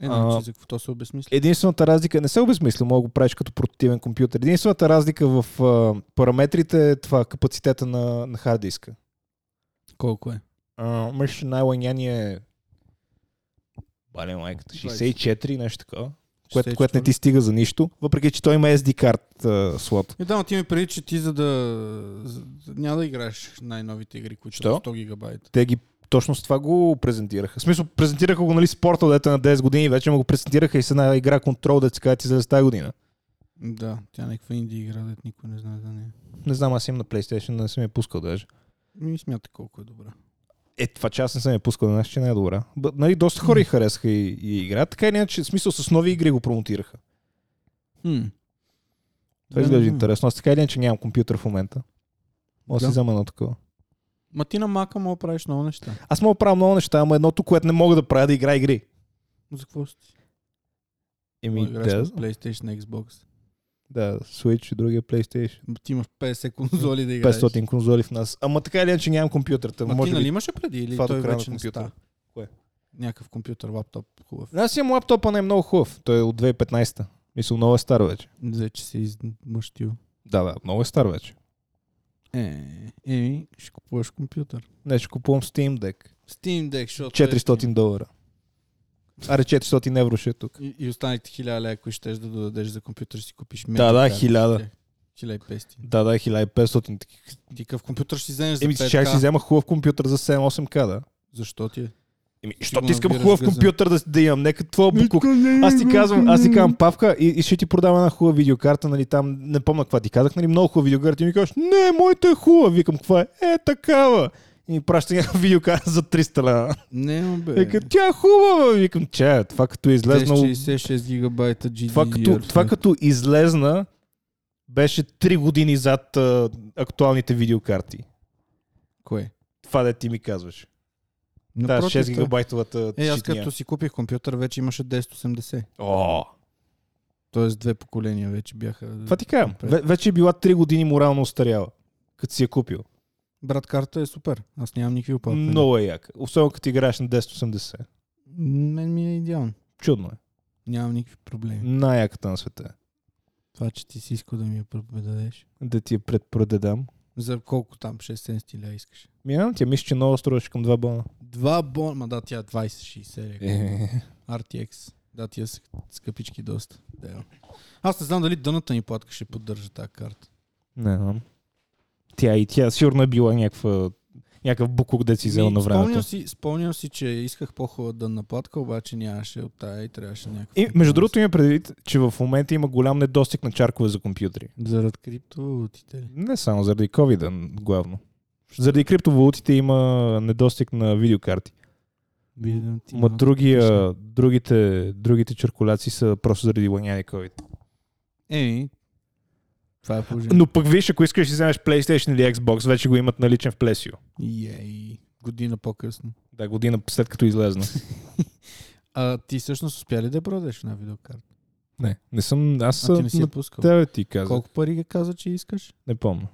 Е, А. а... за какво се обесмисли? Единствената разлика, не се обезмисля, мога да го правиш като портативен компютър. Единствената разлика в а, параметрите е това, капацитета на, на хард диска. Колко е? А, мъж най-ланяни е Бале майката, 64, нещо такова. Което, 64? което не ти стига за нищо, въпреки че той има SD карт а, слот. Е, да, но ти ми преди, че ти за да... за- Няма да играеш най-новите игри, които Що? са 100 гигабайта. Те ги точно с това го презентираха. В смисъл, презентираха го, нали, спорта, дете на 10 години, вече му го презентираха и с една игра Control, да се казва ти за тази година. Да, тя е някаква инди игра, дет никой не знае за нея. Не знам, аз имам на PlayStation, не съм я пускал даже. Ми смятай колко е добра. Е, това че аз не съм я пускал, значи, че не е добра. Б, нали, доста хора и харесаха и, и игра, така или иначе, в смисъл, с нови игри го промотираха. Хм. Това Да, изглежда да. интересно. Аз така или иначе нямам компютър в момента. Може да си Да. взема едно такова. Ма ти на мака мога да правиш много неща. Аз мога да правя много неща, ама едното, което не мога да правя е да игра игри. За какво си? Еми, Мога да играеш Ами, да. на PlayStation, на Xbox. Да, Switch и другия PlayStation. Ти имаш 50 конзоли да играеш. 500 конзоли в нас. Ама така или иначе нямам компютърата. Ма Може ти нали би... имаше преди или това до той края на вече не компютъра? ста? Кое? Някакъв компютър, лаптоп, хубав. Аз имам лаптопа, не е много хубав. Той е от 2015-та. Мисля, много е стар вече. Взе, че се измъщил. Да, да, много е стар вече. Е, еми, ще купуваш компютър. Не, ще купувам Steam Deck. Steam Deck, защото... е- 400 долара. Аре, 400 евро ще е тук. И, и останалите 1000 лея, които щеш да додадеш за компютър, ще си купиш Да, да, 1000. 1500. Да, да, 1500. Ти какъв компютър ще си вземеш за Еми, 5K? ще си взема хубав компютър за 7-8к, да. Защо ти е? Еми, го що ти искам набираш хубав газа. компютър да, да имам? Нека твоя буклук. Аз ти казвам, аз ти казвам, Павка, и, и ще ти продам една хубава видеокарта, нали, там, не помня каква ти казах, нали, много хубава видеокарта, и ми казваш, не, моята е хубава, викам, каква е? Е, такава. И ми праща някаква видеокарта за 300 лева. Не, ма, бе. Вика, тя е хубава, викам, че, това като е излезнало, 66 гигабайта GDDR. това като, това като излезна, беше 3 години зад а, актуалните видеокарти. Кое? Това да ти ми казваш. Да, Напротив, 6 гигабайтовата Е, аз щитния. като си купих компютър, вече имаше 1080. О, Тоест две поколения вече бяха. това ти казвам. Напред. Ве- Вече е била 3 години морално устаряла, като си я купил. Брат, карта е супер. Аз нямам никакви оплаквания. Много е яка. Особено като играеш на 1080. Мен ми е идеално. Чудно е. Нямам никакви проблеми. Най-яката на света. е. Това, че ти си искал да ми я предадеш. Да ти я предпродадам. За колко там? 6-7 ля искаш? Минавам тя, мисля, че много струваше към 2 бона. Два бон... Ма да, тя е 20-60 ля. RTX. Да, тия са скъпички доста. Да. е. Аз не знам дали дъната ни платка ще поддържа тази карта. Не знам. Тя и тя сигурно е била някаква някакъв буклук, де си взел Ми, на Спомням времето. си, спомням си, че исках по-хубава дънна платка, обаче нямаше от тая и трябваше някаква. И, между другото има предвид, че в момента има голям недостиг на чаркове за компютри. Заради криптовалутите ли? Не само заради covid главно. Заради криптовалутите има недостиг на видеокарти. Виждам ти. Ма малко другия, другите, другите чаркуляции са просто заради лъняни COVID. Еми, това е положението. Но пък виж, ако искаш да си вземеш PlayStation или Xbox, вече го имат наличен в Plesio. Ей, година по-късно. Да, година след като излезна. А ти всъщност успя ли да я продадеш една видеокарта? не, не съм. Аз А ти съм не си на я пускал. тебе ти казах. Колко пари ги каза, че искаш? Не помня.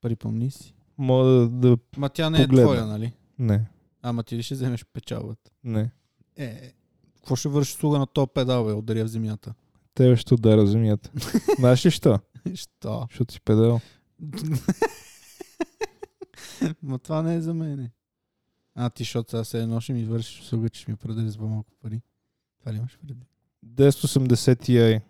Припомни си. Мога да, да... Ма тя не е Погледна. твоя, нали? Не, Ама ти ли ще вземеш печалбата? не. Е, какво ще върши слуга на топ педал, бе? Ударя в земята. Тебе ще удара земята. Знаеш ли що? Що? Защото си педал. Ма това не е за мене. А ти, защото сега се едно ще ми вършиш услуга, че ще ми продадеш за по-малко пари. Това ли имаш преди? 1080 Ti.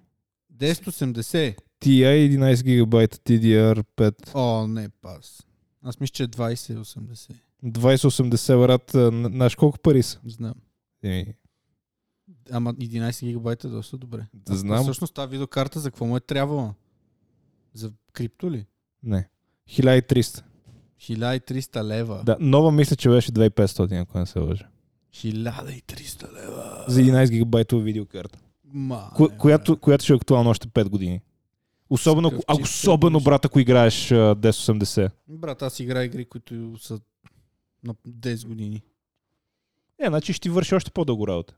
1080. Ti 11 гигабайта TDR5. О, не, пас. Аз мисля, че е 2080. 2080 брат, а, н- знаеш колко пари са? Знам. Еми, Ама 11 гигабайта е доста добре. да знам. Всъщност тази видеокарта за какво му е трябвала? За крипто ли? Не. 1300. 1300 лева. Да, нова мисля, че беше 2500, ако не се лъжа. 1300 лева. За 11 гигабайтова видеокарта. Ма, Ко- не, която, която ще е актуална още 5 години. Особено, ако, Такъв ако- чип особено сетиш. брат, ако играеш а, 1080. Брат, аз играя игри, които са на 10 години. Е, значи ще ти върши още по-дълго работа.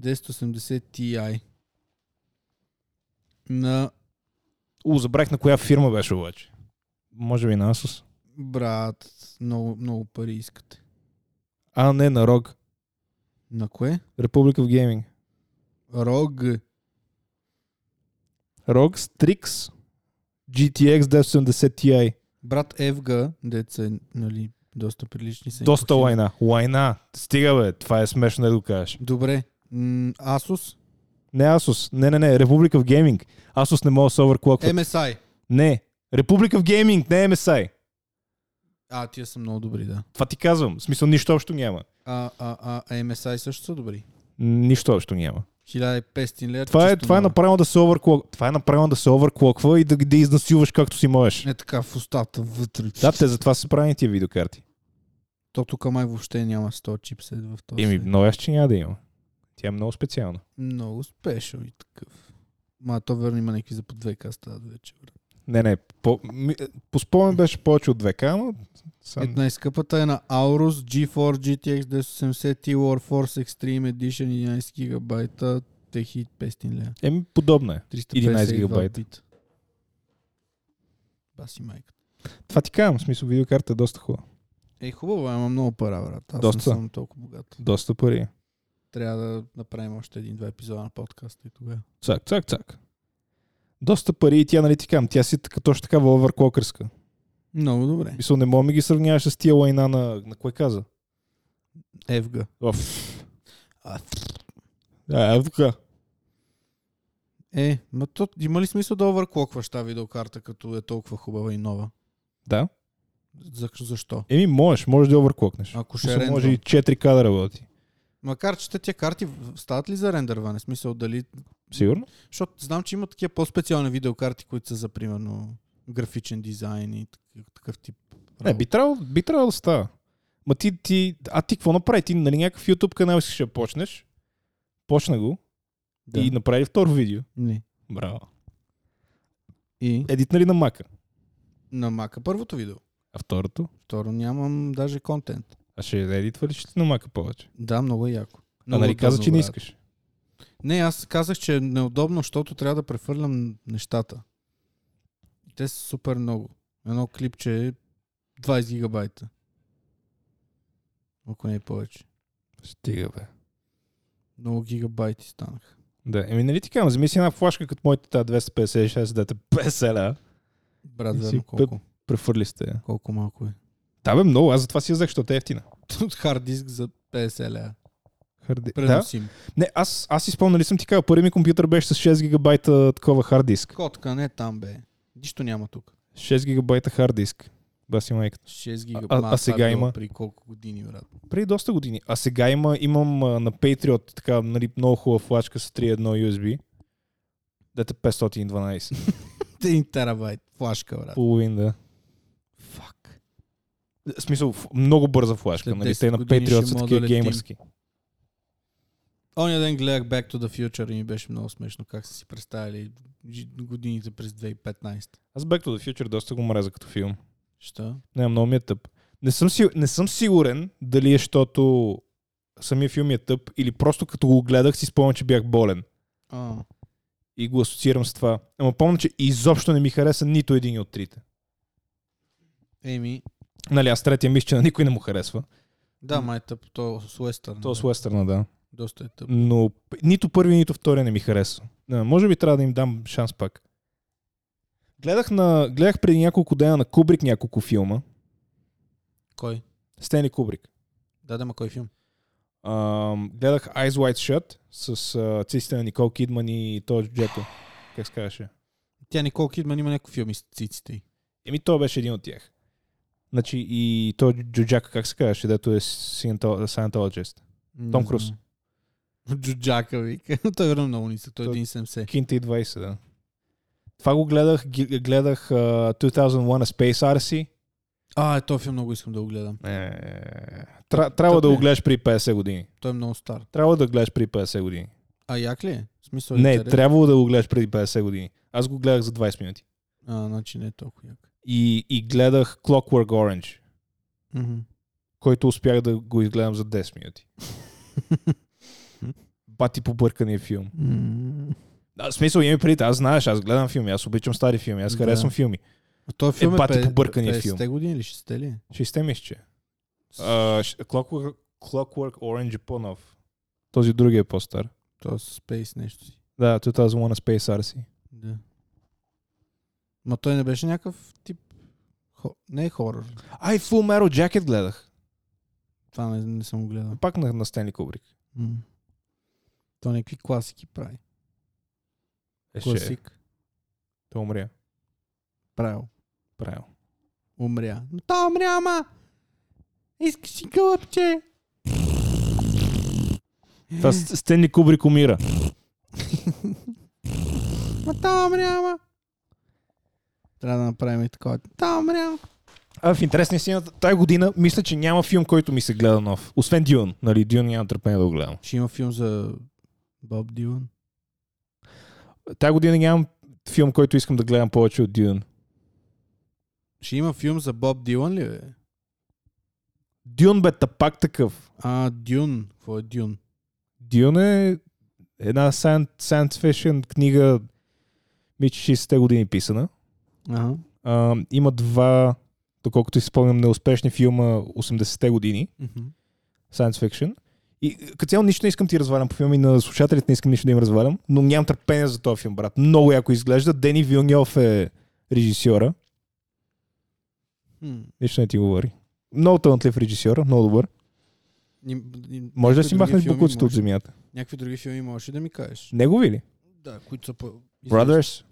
1080 Ti. На У, забрах на коя фирма беше обаче. Може би на Asus. брат, много, много пари искате. А, не, на ROG. На кое? Република в гейминг. Рог. ROG Strix GTX 1080 Ti. Брат FG, деца, нали, доста прилични са. им Доста кухи. лайна. Лайна. Стига, бе. Това е смешно да го кажеш. Добре. М, Asus. Не Asus. Не, не, не. Република в гейминг. Asus не мога да се оверклоква. MSI. Не. Република в гейминг, не MSI. А, тия са много добри, да. Това ти казвам. В смисъл нищо общо няма. А, а, а, а MSI също са добри. Нищо общо няма. 1500 лева. Това е, чисто това е нова. направено да се оверклок. Това е направено да се оверклоква и да, да изнасилваш както си можеш. Е така в устата, вътре. Да, те затова са правени тия видеокарти. То тук май въобще няма 100 чипсет в този. Еми, свят. много ясно, че няма да има. Тя е много специална. Много спешъл и такъв. Ма то верно има някакви за по 2К стават вече. брат. Не, не. По, ми, по спомен беше повече от 2К, но... Сам... Една изкъпата е на Aorus G4 GTX 1080 Ti Warforce Extreme Edition 11 GB 1500 лева. Еми, подобно е. 352 гигабайта. бит. Баси майка. Това ти казвам, в смисъл видеокарта е доста хубава. Е, хубаво, ама много пара, брат. Аз Доста. не съм толкова богат. Доста пари. е. Трябва да направим още един-два епизода на подкаста и тогава. Цак, цак, цак. Доста пари и тя, нали ти казвам, тя си така, точно така върклокърска. Много добре. Мисъл, не мога ми ги сравняваш с тия лайна на, на кой каза. Евга. Оф. А, А, е, така. Е, ма то, има ли смисъл да овърклокваш тази видеокарта, като е толкова хубава и нова? Да. За, защо? Еми, можеш, можеш да я върклокнеш. Ако ще Мисъл, рендва. може и 4К да работи. Макар, че те тия карти в- стават ли за рендърване? В Смисъл, дали... Сигурно? Защото знам, че има такива по-специални видеокарти, които са за, примерно, графичен дизайн и такъв, такъв тип. Не, би трябвало, би трябвало да става. Ма ти, ти, а ти какво направи? Ти нали някакъв YouTube канал искаш да почнеш? Почна го да. да. и направи второ видео. Не. Браво. Нали? И Едитна ли на мака? на мака първото видео. А второто? Второ нямам даже контент. А ще едитва ли ще ти на мака повече? Да, много е яко. А Много нали удобно, каза, че не брат. искаш. Не, аз казах, че е неудобно, защото трябва да прехвърлям нещата. Те са супер много. Едно клипче е 20 гигабайта. Ако не е повече. Стига, бе. Много гигабайти станаха. Да, еми нали ти казвам, вземи си една флашка като моите тази 256, дете 50 ля. Брат, И си верно, колко, Префърли сте я. колко малко е. Да бе, много, аз затова си я взех, защото е ефтина. От хард диск за 50 лева. Харди... Да? Преносим. Не, аз, аз изпълня, нали съм ти казал, първи ми компютър беше с 6 гигабайта такова хард диск. Котка не е там, бе. Нищо няма тук. 6 гигабайта хард диск. Баси майката. 6 а гигабайта. сега има? При колко години, брат. Преди доста години. А сега има, имам а, на Patriot така нали, много хубава флашка с 3.1 USB. Дете 512. 1 терабайт. Флашка, брат. Половин, да. Фак. В смисъл, ф- много бърза флашка. След Нали? 10 Те на години ще Patriot са мога да такива летим. геймърски. Оня ден гледах Back to the Future и ми беше много смешно как са си представили жи- годините през 2015. Аз Back to the Future доста го мразя като филм. Що? Не, много ми е тъп. Не съм, си, не съм сигурен дали е, защото самия филм е тъп или просто като го гледах си спомням, че бях болен А, и го асоциирам с това. Ама помня, че изобщо не ми хареса нито един от трите. еми, Нали, аз третия мисля, че на никой не му харесва. да, май е тъп, то с уестърн. То с да. Уестърна, да. Доста е тъп. Но п- нито първи, нито втория не ми харесва. Да, може би трябва да им дам шанс пак. Гледах, на, гледах преди няколко дена на Кубрик няколко филма. Кой? Стени Кубрик. Да, да, ма кой филм? Ам, гледах Eyes Wide Shut с а, циците на Никол Кидман и Тож Джеко. Как се казваше? Тя Никол Кидман има някакви филми с циците. й. Еми, той беше един от тях. Значи и той Джуджака, как се казваше, дето е сиентол- Scientologist. Не Том знам. Круз. Джуджака, вика. той е верно на улица, той е Той- 1,70. Кинта и 20, да. Това го гледах, ги- гледах а, 2001 A Space Odyssey. А, е, този филм много искам да го гледам. Е, тра- трябва да Тъп е. го гледаш при 50 години. Той е много стар. Трябва да гледаш при 50 години. А, як ли е? В смисъл е Не, интерес? трябвало да го гледаш преди 50 години. Аз го гледах за 20 минути. А, значи не е толкова як. И, и гледах Clockwork Orange. Мгм. който успях да го изгледам за 10 минути. Бати по бъркания филм. М. А, в смисъл, имам преди, аз знаеш, аз гледам филми, аз обичам стари филми, аз Да. харесвам филми. А Този филм е, бати пе- побъркания филм. 50-те години или 60 ли е? 60 мисля, че. А, ш- Clockwork, Clockwork Orange е по-нов. Този други е по-стар. То е Space нещо си. Да, 2001 A Space Odyssey. Да. Ма той не беше някакъв тип... Хо... Не е хорър. Ай, Full Metal Jacket гледах. Това не, не съм го гледал. Пак на, на Стенли Кубрик. М. То някакви класики прави. Е, ще е. Класик. Той умря. Правил. Правилно. Умря. Но той умря, ама! Искаш си кълъпче! Това С- Стенли Кубрик умира. Ма той умря, ама! Трябва да направим и такова. Той умря! А в интересния си, тази година мисля, че няма филм, който ми се гледа нов. Освен Дюн. Нали, Дюн няма търпение да го гледам. Ще има филм за Боб Дилан. Тая година нямам филм, който искам да гледам повече от Дюн. Ще има филм за Боб Дилан ли бе? Дюн бе тъпак такъв. А, Дюн. Какво е Дюн? Дюн е една science, science fiction книга, мисля, 60-те години писана. Ага. А, има два, доколкото си спомням, неуспешни филма 80-те години, Мгм. science fiction. И като цяло нищо не искам да ти развалям по филми, на слушателите не искам нищо да им развалям, но нямам търпение за този филм, брат. Много яко изглежда. Дени Вилньов е режисьора. М. Нищо не ти говори. Много талантлив режисьор, много добър. Ни- ни- Може да някакви си други махнеш филми букуците от може- земята. Някакви други филми можеш ли да ми кажеш? Негови ли? Да, които са по... излезли. Brothers,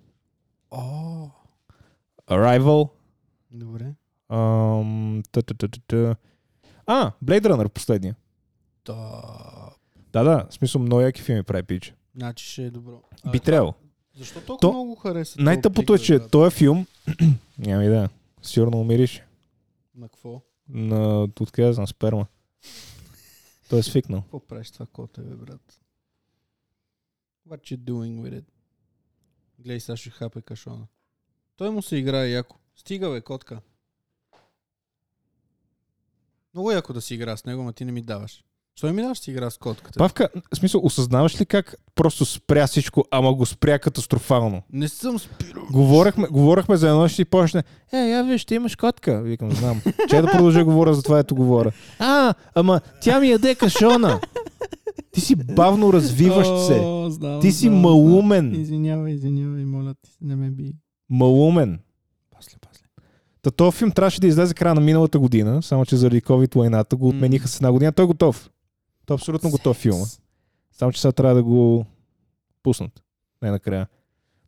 О, Arrival, добре. ам, та-та-та-та-та. А, Blade Runner последния. Да. Да, да, в смисъл много яки филми прави пич. Значи ще е добро. А, Би трябвало. Защо толкова То- много хареса? Най-тъпото е, че то... този филм, няма идея, сигурно умириш На какво? на, откъде да знам, сперма. Той е свикнал. Какво правиш това коте, бе, брат? What you doing with it? Глей, сега ще хапе кашона. Той му се играе яко. Стига, бе, котка. Много яко да си игра с него, ма ти не ми даваш. Що не ми даваш да си игра с котката? Павка, в смисъл, осъзнаваш ли как просто спря всичко, ама го спря катастрофално? Не съм спирал. Говорехме, говорехме за едно, ще ти почне. Е, я виж, ти имаш котка. Викам, знам. Че да продължа да говоря, за това ето говоря. А, ама тя ми яде кашона. Ти си бавно развиващ се. О, знам, Ти си знам, знам. малумен. Извинявай, извинявай, моля ти, не ме би. Малумен. Пасле, пасле. Та този филм трябваше да излезе края на миналата година, само че заради COVID войната го отмениха с една година. Той е готов. Той е абсолютно готов филма. Само че сега трябва да го пуснат. Не накрая.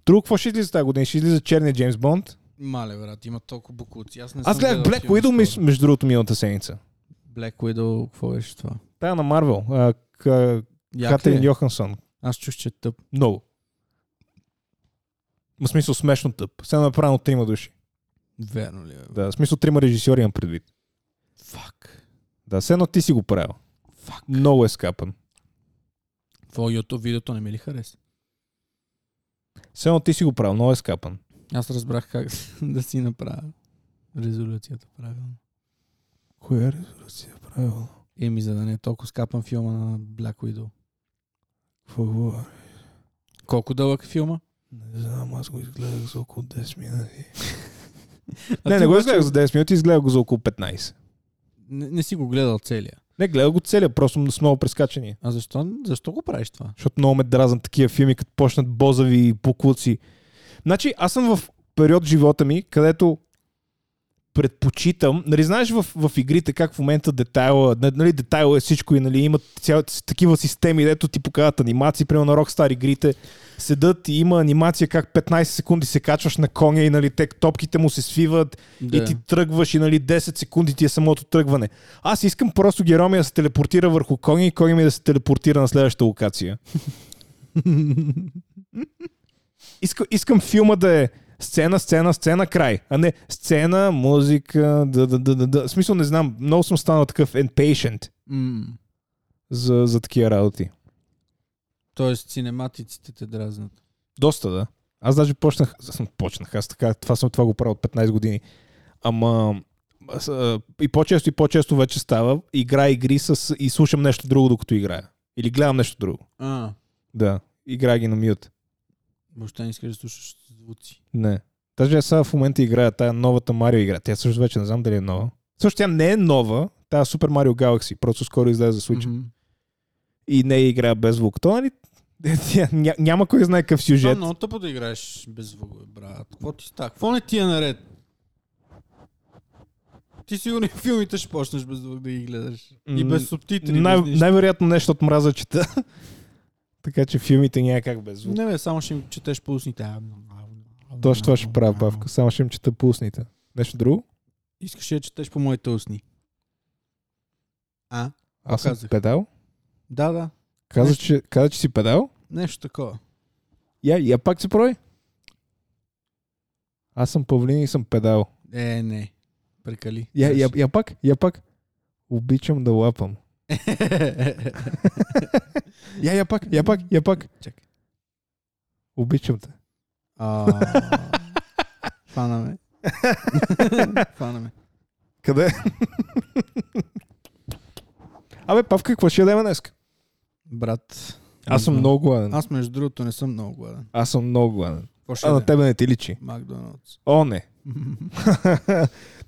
Друг, какво ще излиза тази година? Ще излиза черния Джеймс Бонд. Мале, брат, има толкова букуци. Аз не Аз съм гледах гледал Black филма Widow, мис- скоро. между другото, миналата седмица. Black Widow, какво беше това? Тая на Марвел. а, к- Як Катерин ли е? Йохансон. Аз чух, че е тъп. Много. В смисъл смешно тъп. Сега направено от трима души. Верно ли е? Да, бе? в смисъл трима режисьори имам предвид. Фак. Да, все едно ти си го правил. Фак. Много е скапан. Твоето YouTube видеото не ми ли хареса? Все едно ти си го правил. Много е скапан. Аз разбрах как да си направя резолюцията правилно. Коя е резолюция правила? Еми, за да не е толкова скапан филма на Black Widow. Какво говори? Колко дълъг е филма? Не знам, аз го изгледах за около 10 минути. А не, ти не го обаче- изгледах за 10 минути, изгледах го за около 15. Не, не си го гледал целия. Не, гледах го целия, просто с много прескачания. А защо, защо го правиш това? Защото много ме дразнат такива филми, като почнат бозави и буклуци. Значи, аз съм в период в живота ми, където предпочитам, нали знаеш в, в игрите как в момента детайла, на- нали детайла е всичко и нали имат цял, с- такива системи, дето ти показват анимации, примерно на Rockstar игрите, седат и има анимация как 15 секунди се качваш на коня и нали те топките му се свиват, да. и ти тръгваш и нали 10 секунди ти е самото тръгване. Аз искам просто герой ми да се телепортира върху коня и коня ми да се телепортира на следващата локация. Иска, искам филма да е сцена, сцена, сцена, край, а не сцена, музика, да, да, да, да, да. В смисъл не знам, много съм станал такъв impatient М. за, за такива работи. Тоест, синематиците те дразнат. Доста, да. Аз даже почнах, аз съм почнах, аз така, това съм това го правя от 15 години. Ама аз, а, и по-често и по-често вече става, игра игри с, и слушам нещо друго, докато играя. Или гледам нещо друго. А, Да, игра ги на мют. въобще не искаш да слушаш звуци. Не. Даже аз сега в момента играя тая новата Марио игра. Тя също вече не знам дали е нова. Също тя не е нова, тя е Super Mario Galaxy, просто скоро излезе за Switch. Mm-hmm. Мгм. И не е игра без звук. То, нали, тя ня- няма кой знае какъв Това сюжет. много тъпо да играеш без звук, бе, брат. Какво ти става? Какво не ти е наред? Ти сигурно и филмите ще почнеш без звук да ги гледаш. И без М, субтитри. без Най- нищо. най-вероятно нещо от мраза чета. така че филмите няма как без звук. Не, бе, само ще им четеш по устните. А, Точно това ще правя, Павка. Само ще им чета пусните. Нещо друго? Искаш ли да четеш по моите устни. А? Аз казах? съм педал. Да, да. Каза, Нещо. че, каза, че си педал. Нещо такова. Я, я пак се прой. Аз съм павлин и съм педал. Е, не. Прекали. Я, я, я пак, я пак. Обичам да лапам. Я, я пак, я пак, я пак. Чакай. Обичам те. А, Фана ме. Фана ме. Къде? Абе, Павка, какво ще ядем днес? Брат, Аз съм много гладен. Аз между другото не съм много гладен. Аз съм много гладен. Какво ще А на да е? тебе не ти личи. Макдоналдс. О, не.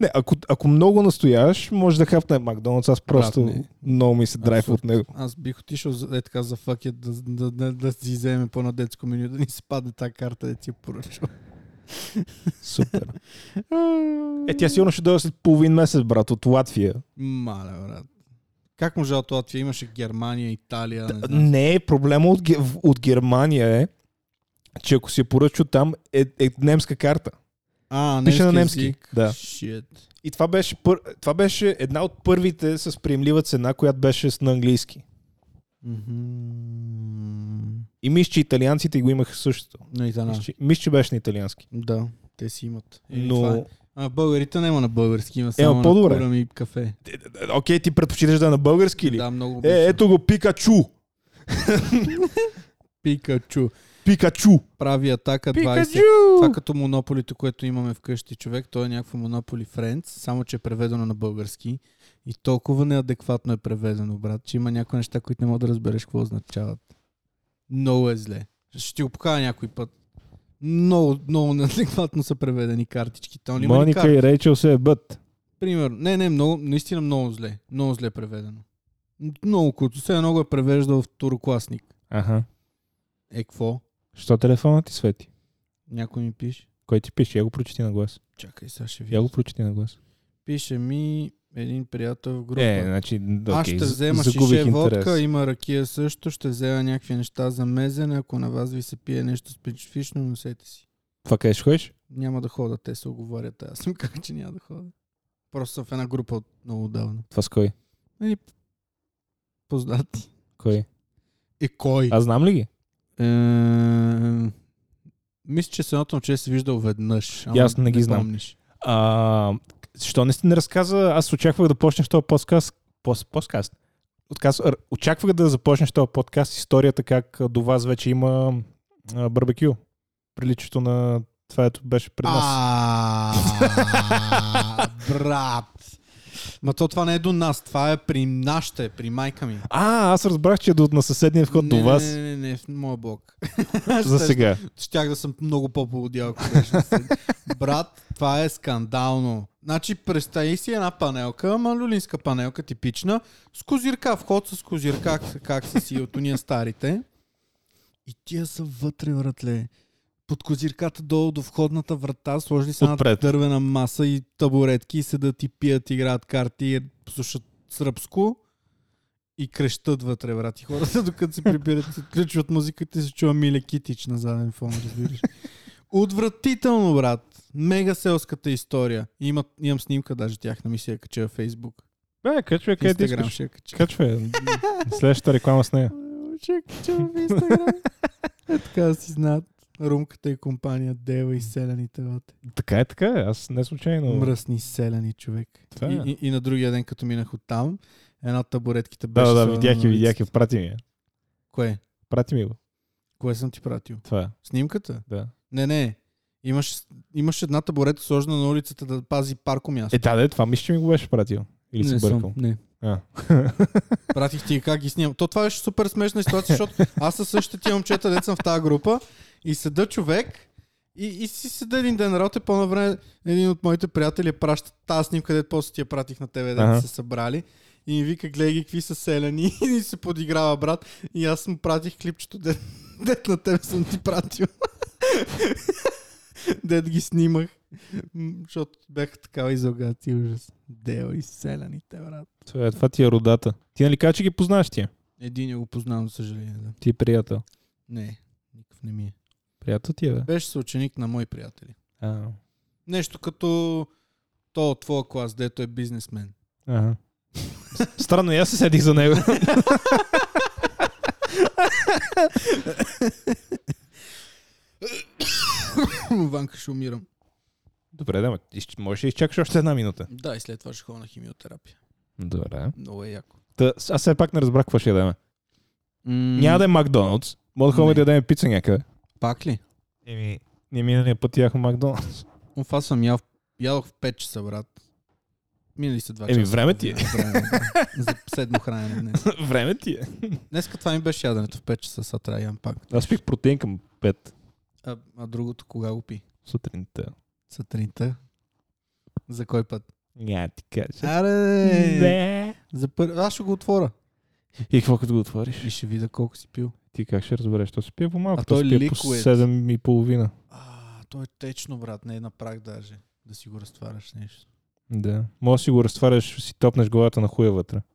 не, ако, ако много настояваш, може да хапне Макдоналдс. Аз просто не. много ми се драйв Абсурд. от него. Аз бих отишъл за- е така за факет да, да, да, да си вземе по-на детско меню, да ни се падне тази карта, да ти я поръчам. Супер. Е, тя сигурно ще дойде след половин месец, брат, от Латвия. Мале, брат. Как можа от Латвия? Имаше Германия, Италия, не знам. Не, проблема от, Ге- в- от Германия е, че ако си поръча там е, е немска карта. А, Пише на немски немски, език. да. Shit. И това беше, пър... това беше една от първите с приемлива цена, която беше с на английски. Мгм. И мисля, че италианците го имаха същото. На Италия. Мисля, че- мисля, че беше на италиански. Да, те си имат. Или това е. Но, А, българите няма на български, има само на по-добре. курам и кафе. окей, ти предпочиташ да е на български ли? Да, много обичам. Е, ето го Пикачу! Пикачу. Пикачу! Прави атака 20. Това като монополите, което имаме вкъщи човек, то е някакво монополи Friends, само че е преведено на български. И толкова неадекватно е преведено, брат, че има някои неща, които не мога да разбереш какво означават. Много е зле. Ще ти го покажа някой път. Много, много неадекватно са преведени картичките. Онли има ли Моника карти? и Рейчел се е бът. Примерно. Не, не, много, наистина много зле. Много зле е преведено. Много круто. Все едно го е превеждал второкласник. Аха. Е, какво? Що телефонът ти свети? Някой ми пише. Кой ти пише? Я го прочети на глас. Чакай, сега ще видя. Я го прочети на глас. Пише ми един приятел в група. Е, значи, окей, Аз ще за- взема загубих шише интерес. водка, има ракия също, ще взема някакви неща за мезене, ако на вас ви се пие нещо специфично, носете си. Това къде ще ходиш? Няма да хода, те се оговорят, аз съм как, че няма да хода. Просто съм в една група от много отдавна. Това с кой? Или познати. Кой? Е, кой? Аз знам ли ги? Е, мисля, че с едното момче се виждал веднъж. ама И аз не ги знам. помниш. А, защо не сте не разказа? Аз очаквах да почнеш този подкаст. Пос, подкаст. Отказ, р- очаквах да започнеш този подкаст историята как а, до вас вече има а, барбекю. Приличието на това, ето беше пред нас. А, брат. Ма то това не е до нас, това е при нашите, при майка ми. А, аз разбрах, че е до- на съседния вход не, до вас Не, не, не, не в моя блок. за сега. Щях да съм много по-полудял, ако беше. на седмица. Брат, това е скандално. Значи, представи си една панелка, ама люлинска панелка, типична, с козирка, вход с козирка, как, как са си от уния старите. И тия са вътре, братле. Под козирката долу до входната врата сложили са една Отпред. дървена маса и табуретки и седат и пият, играят карти, слушат сръбско и крещат вътре, брат. И хората, докато се прибират, се отключват музиката и се чува Миле Китич на заден фон, разбираш. Отвратително, брат. Мега селската история. Има, имам снимка, даже тях на ми си я кача във Фейсбук. Бе, качвай, В къде ти Инстаграм искаш. ще я кача. Качвай. Следващата реклама с нея. Ще я кача в Инстаграм. Е така да си знаят. Румката и компания Дева и селяните, брат. Така е, така е. Аз не случайно. Мръсни селяни, човек. Това е. И, и, и, на другия ден, като минах оттам, една от табуретките беше... Да, да, да, сложена видях и на видях и улицата. прати ми. я. Кое? Прати ми го. Кое съм ти пратил? Това е. Снимката? Да. Не, не. Имаш, имаш една табурета сложена на улицата да пази парко място. Е, да, да, това мисля, че ми го беше пратил. Или се не бъркал. не. А. Пратих ти как ги снимам. То това беше супер смешна ситуация, защото аз със същите тия момчета, дет съм в тази група и седа човек и, и си седа един ден работя, по време един от моите приятели я праща тази снимка, където после ти я пратих на тебе, да Ага. се събрали. И ми вика, гледай ги, какви са селяни и се подиграва, брат. И аз му пратих клипчето, дет, дет на тебе съм ти пратил. дет ги снимах. М, Защото бяха такава изогати ужас. Дел и селяните, брат. Това, е- това ти е родата. Ти нали кажа, че ги познаваш тия? Един я го познавам, за съжаление. Да. Ти е приятел. Не, никакъв не ми е. Приятел ти е, бе? Беше съученик на мои приятели. А, Нещо като то от твоя клас, дето е бизнесмен. ага. Странно, и аз се седих за него. Ванка ще умирам. Добре, да, ма, изч- можеш да изчакаш още една минута. Да, и след това ще ходя на химиотерапия. Добре. Много е яко. Та, с- аз все пак не разбрах какво ще ядем. Няма да е Макдоналдс. Мога да ходим Не. да ядем пица някъде. Пак ли? Еми, ние миналия път яхме Макдоналдс. Оф, аз съм ял, ядох в 5 часа, брат. Минали са два Еми, време ти е. Време, да. За седмо хранене днес. Време ти е. Днеска това ми беше яденето в 5 часа, сега трябва да ям пак. Аз пих протеин към 5 А, а другото кога го пи? сутринта. Сутринта? За кой път? Няма ти кажа. Е. Аре! Не. За пър... Аз ще го отворя. И какво като го отвориш? И ще видя колко си пил. Ти как ще разбереш? То се пие по-малко. А То той се пие по liquid. 7 и половина. А, то е течно, брат, не е на прак даже. Да си го разтваряш нещо. Да. Може да си го разтваряш, си топнеш главата на хуя вътре.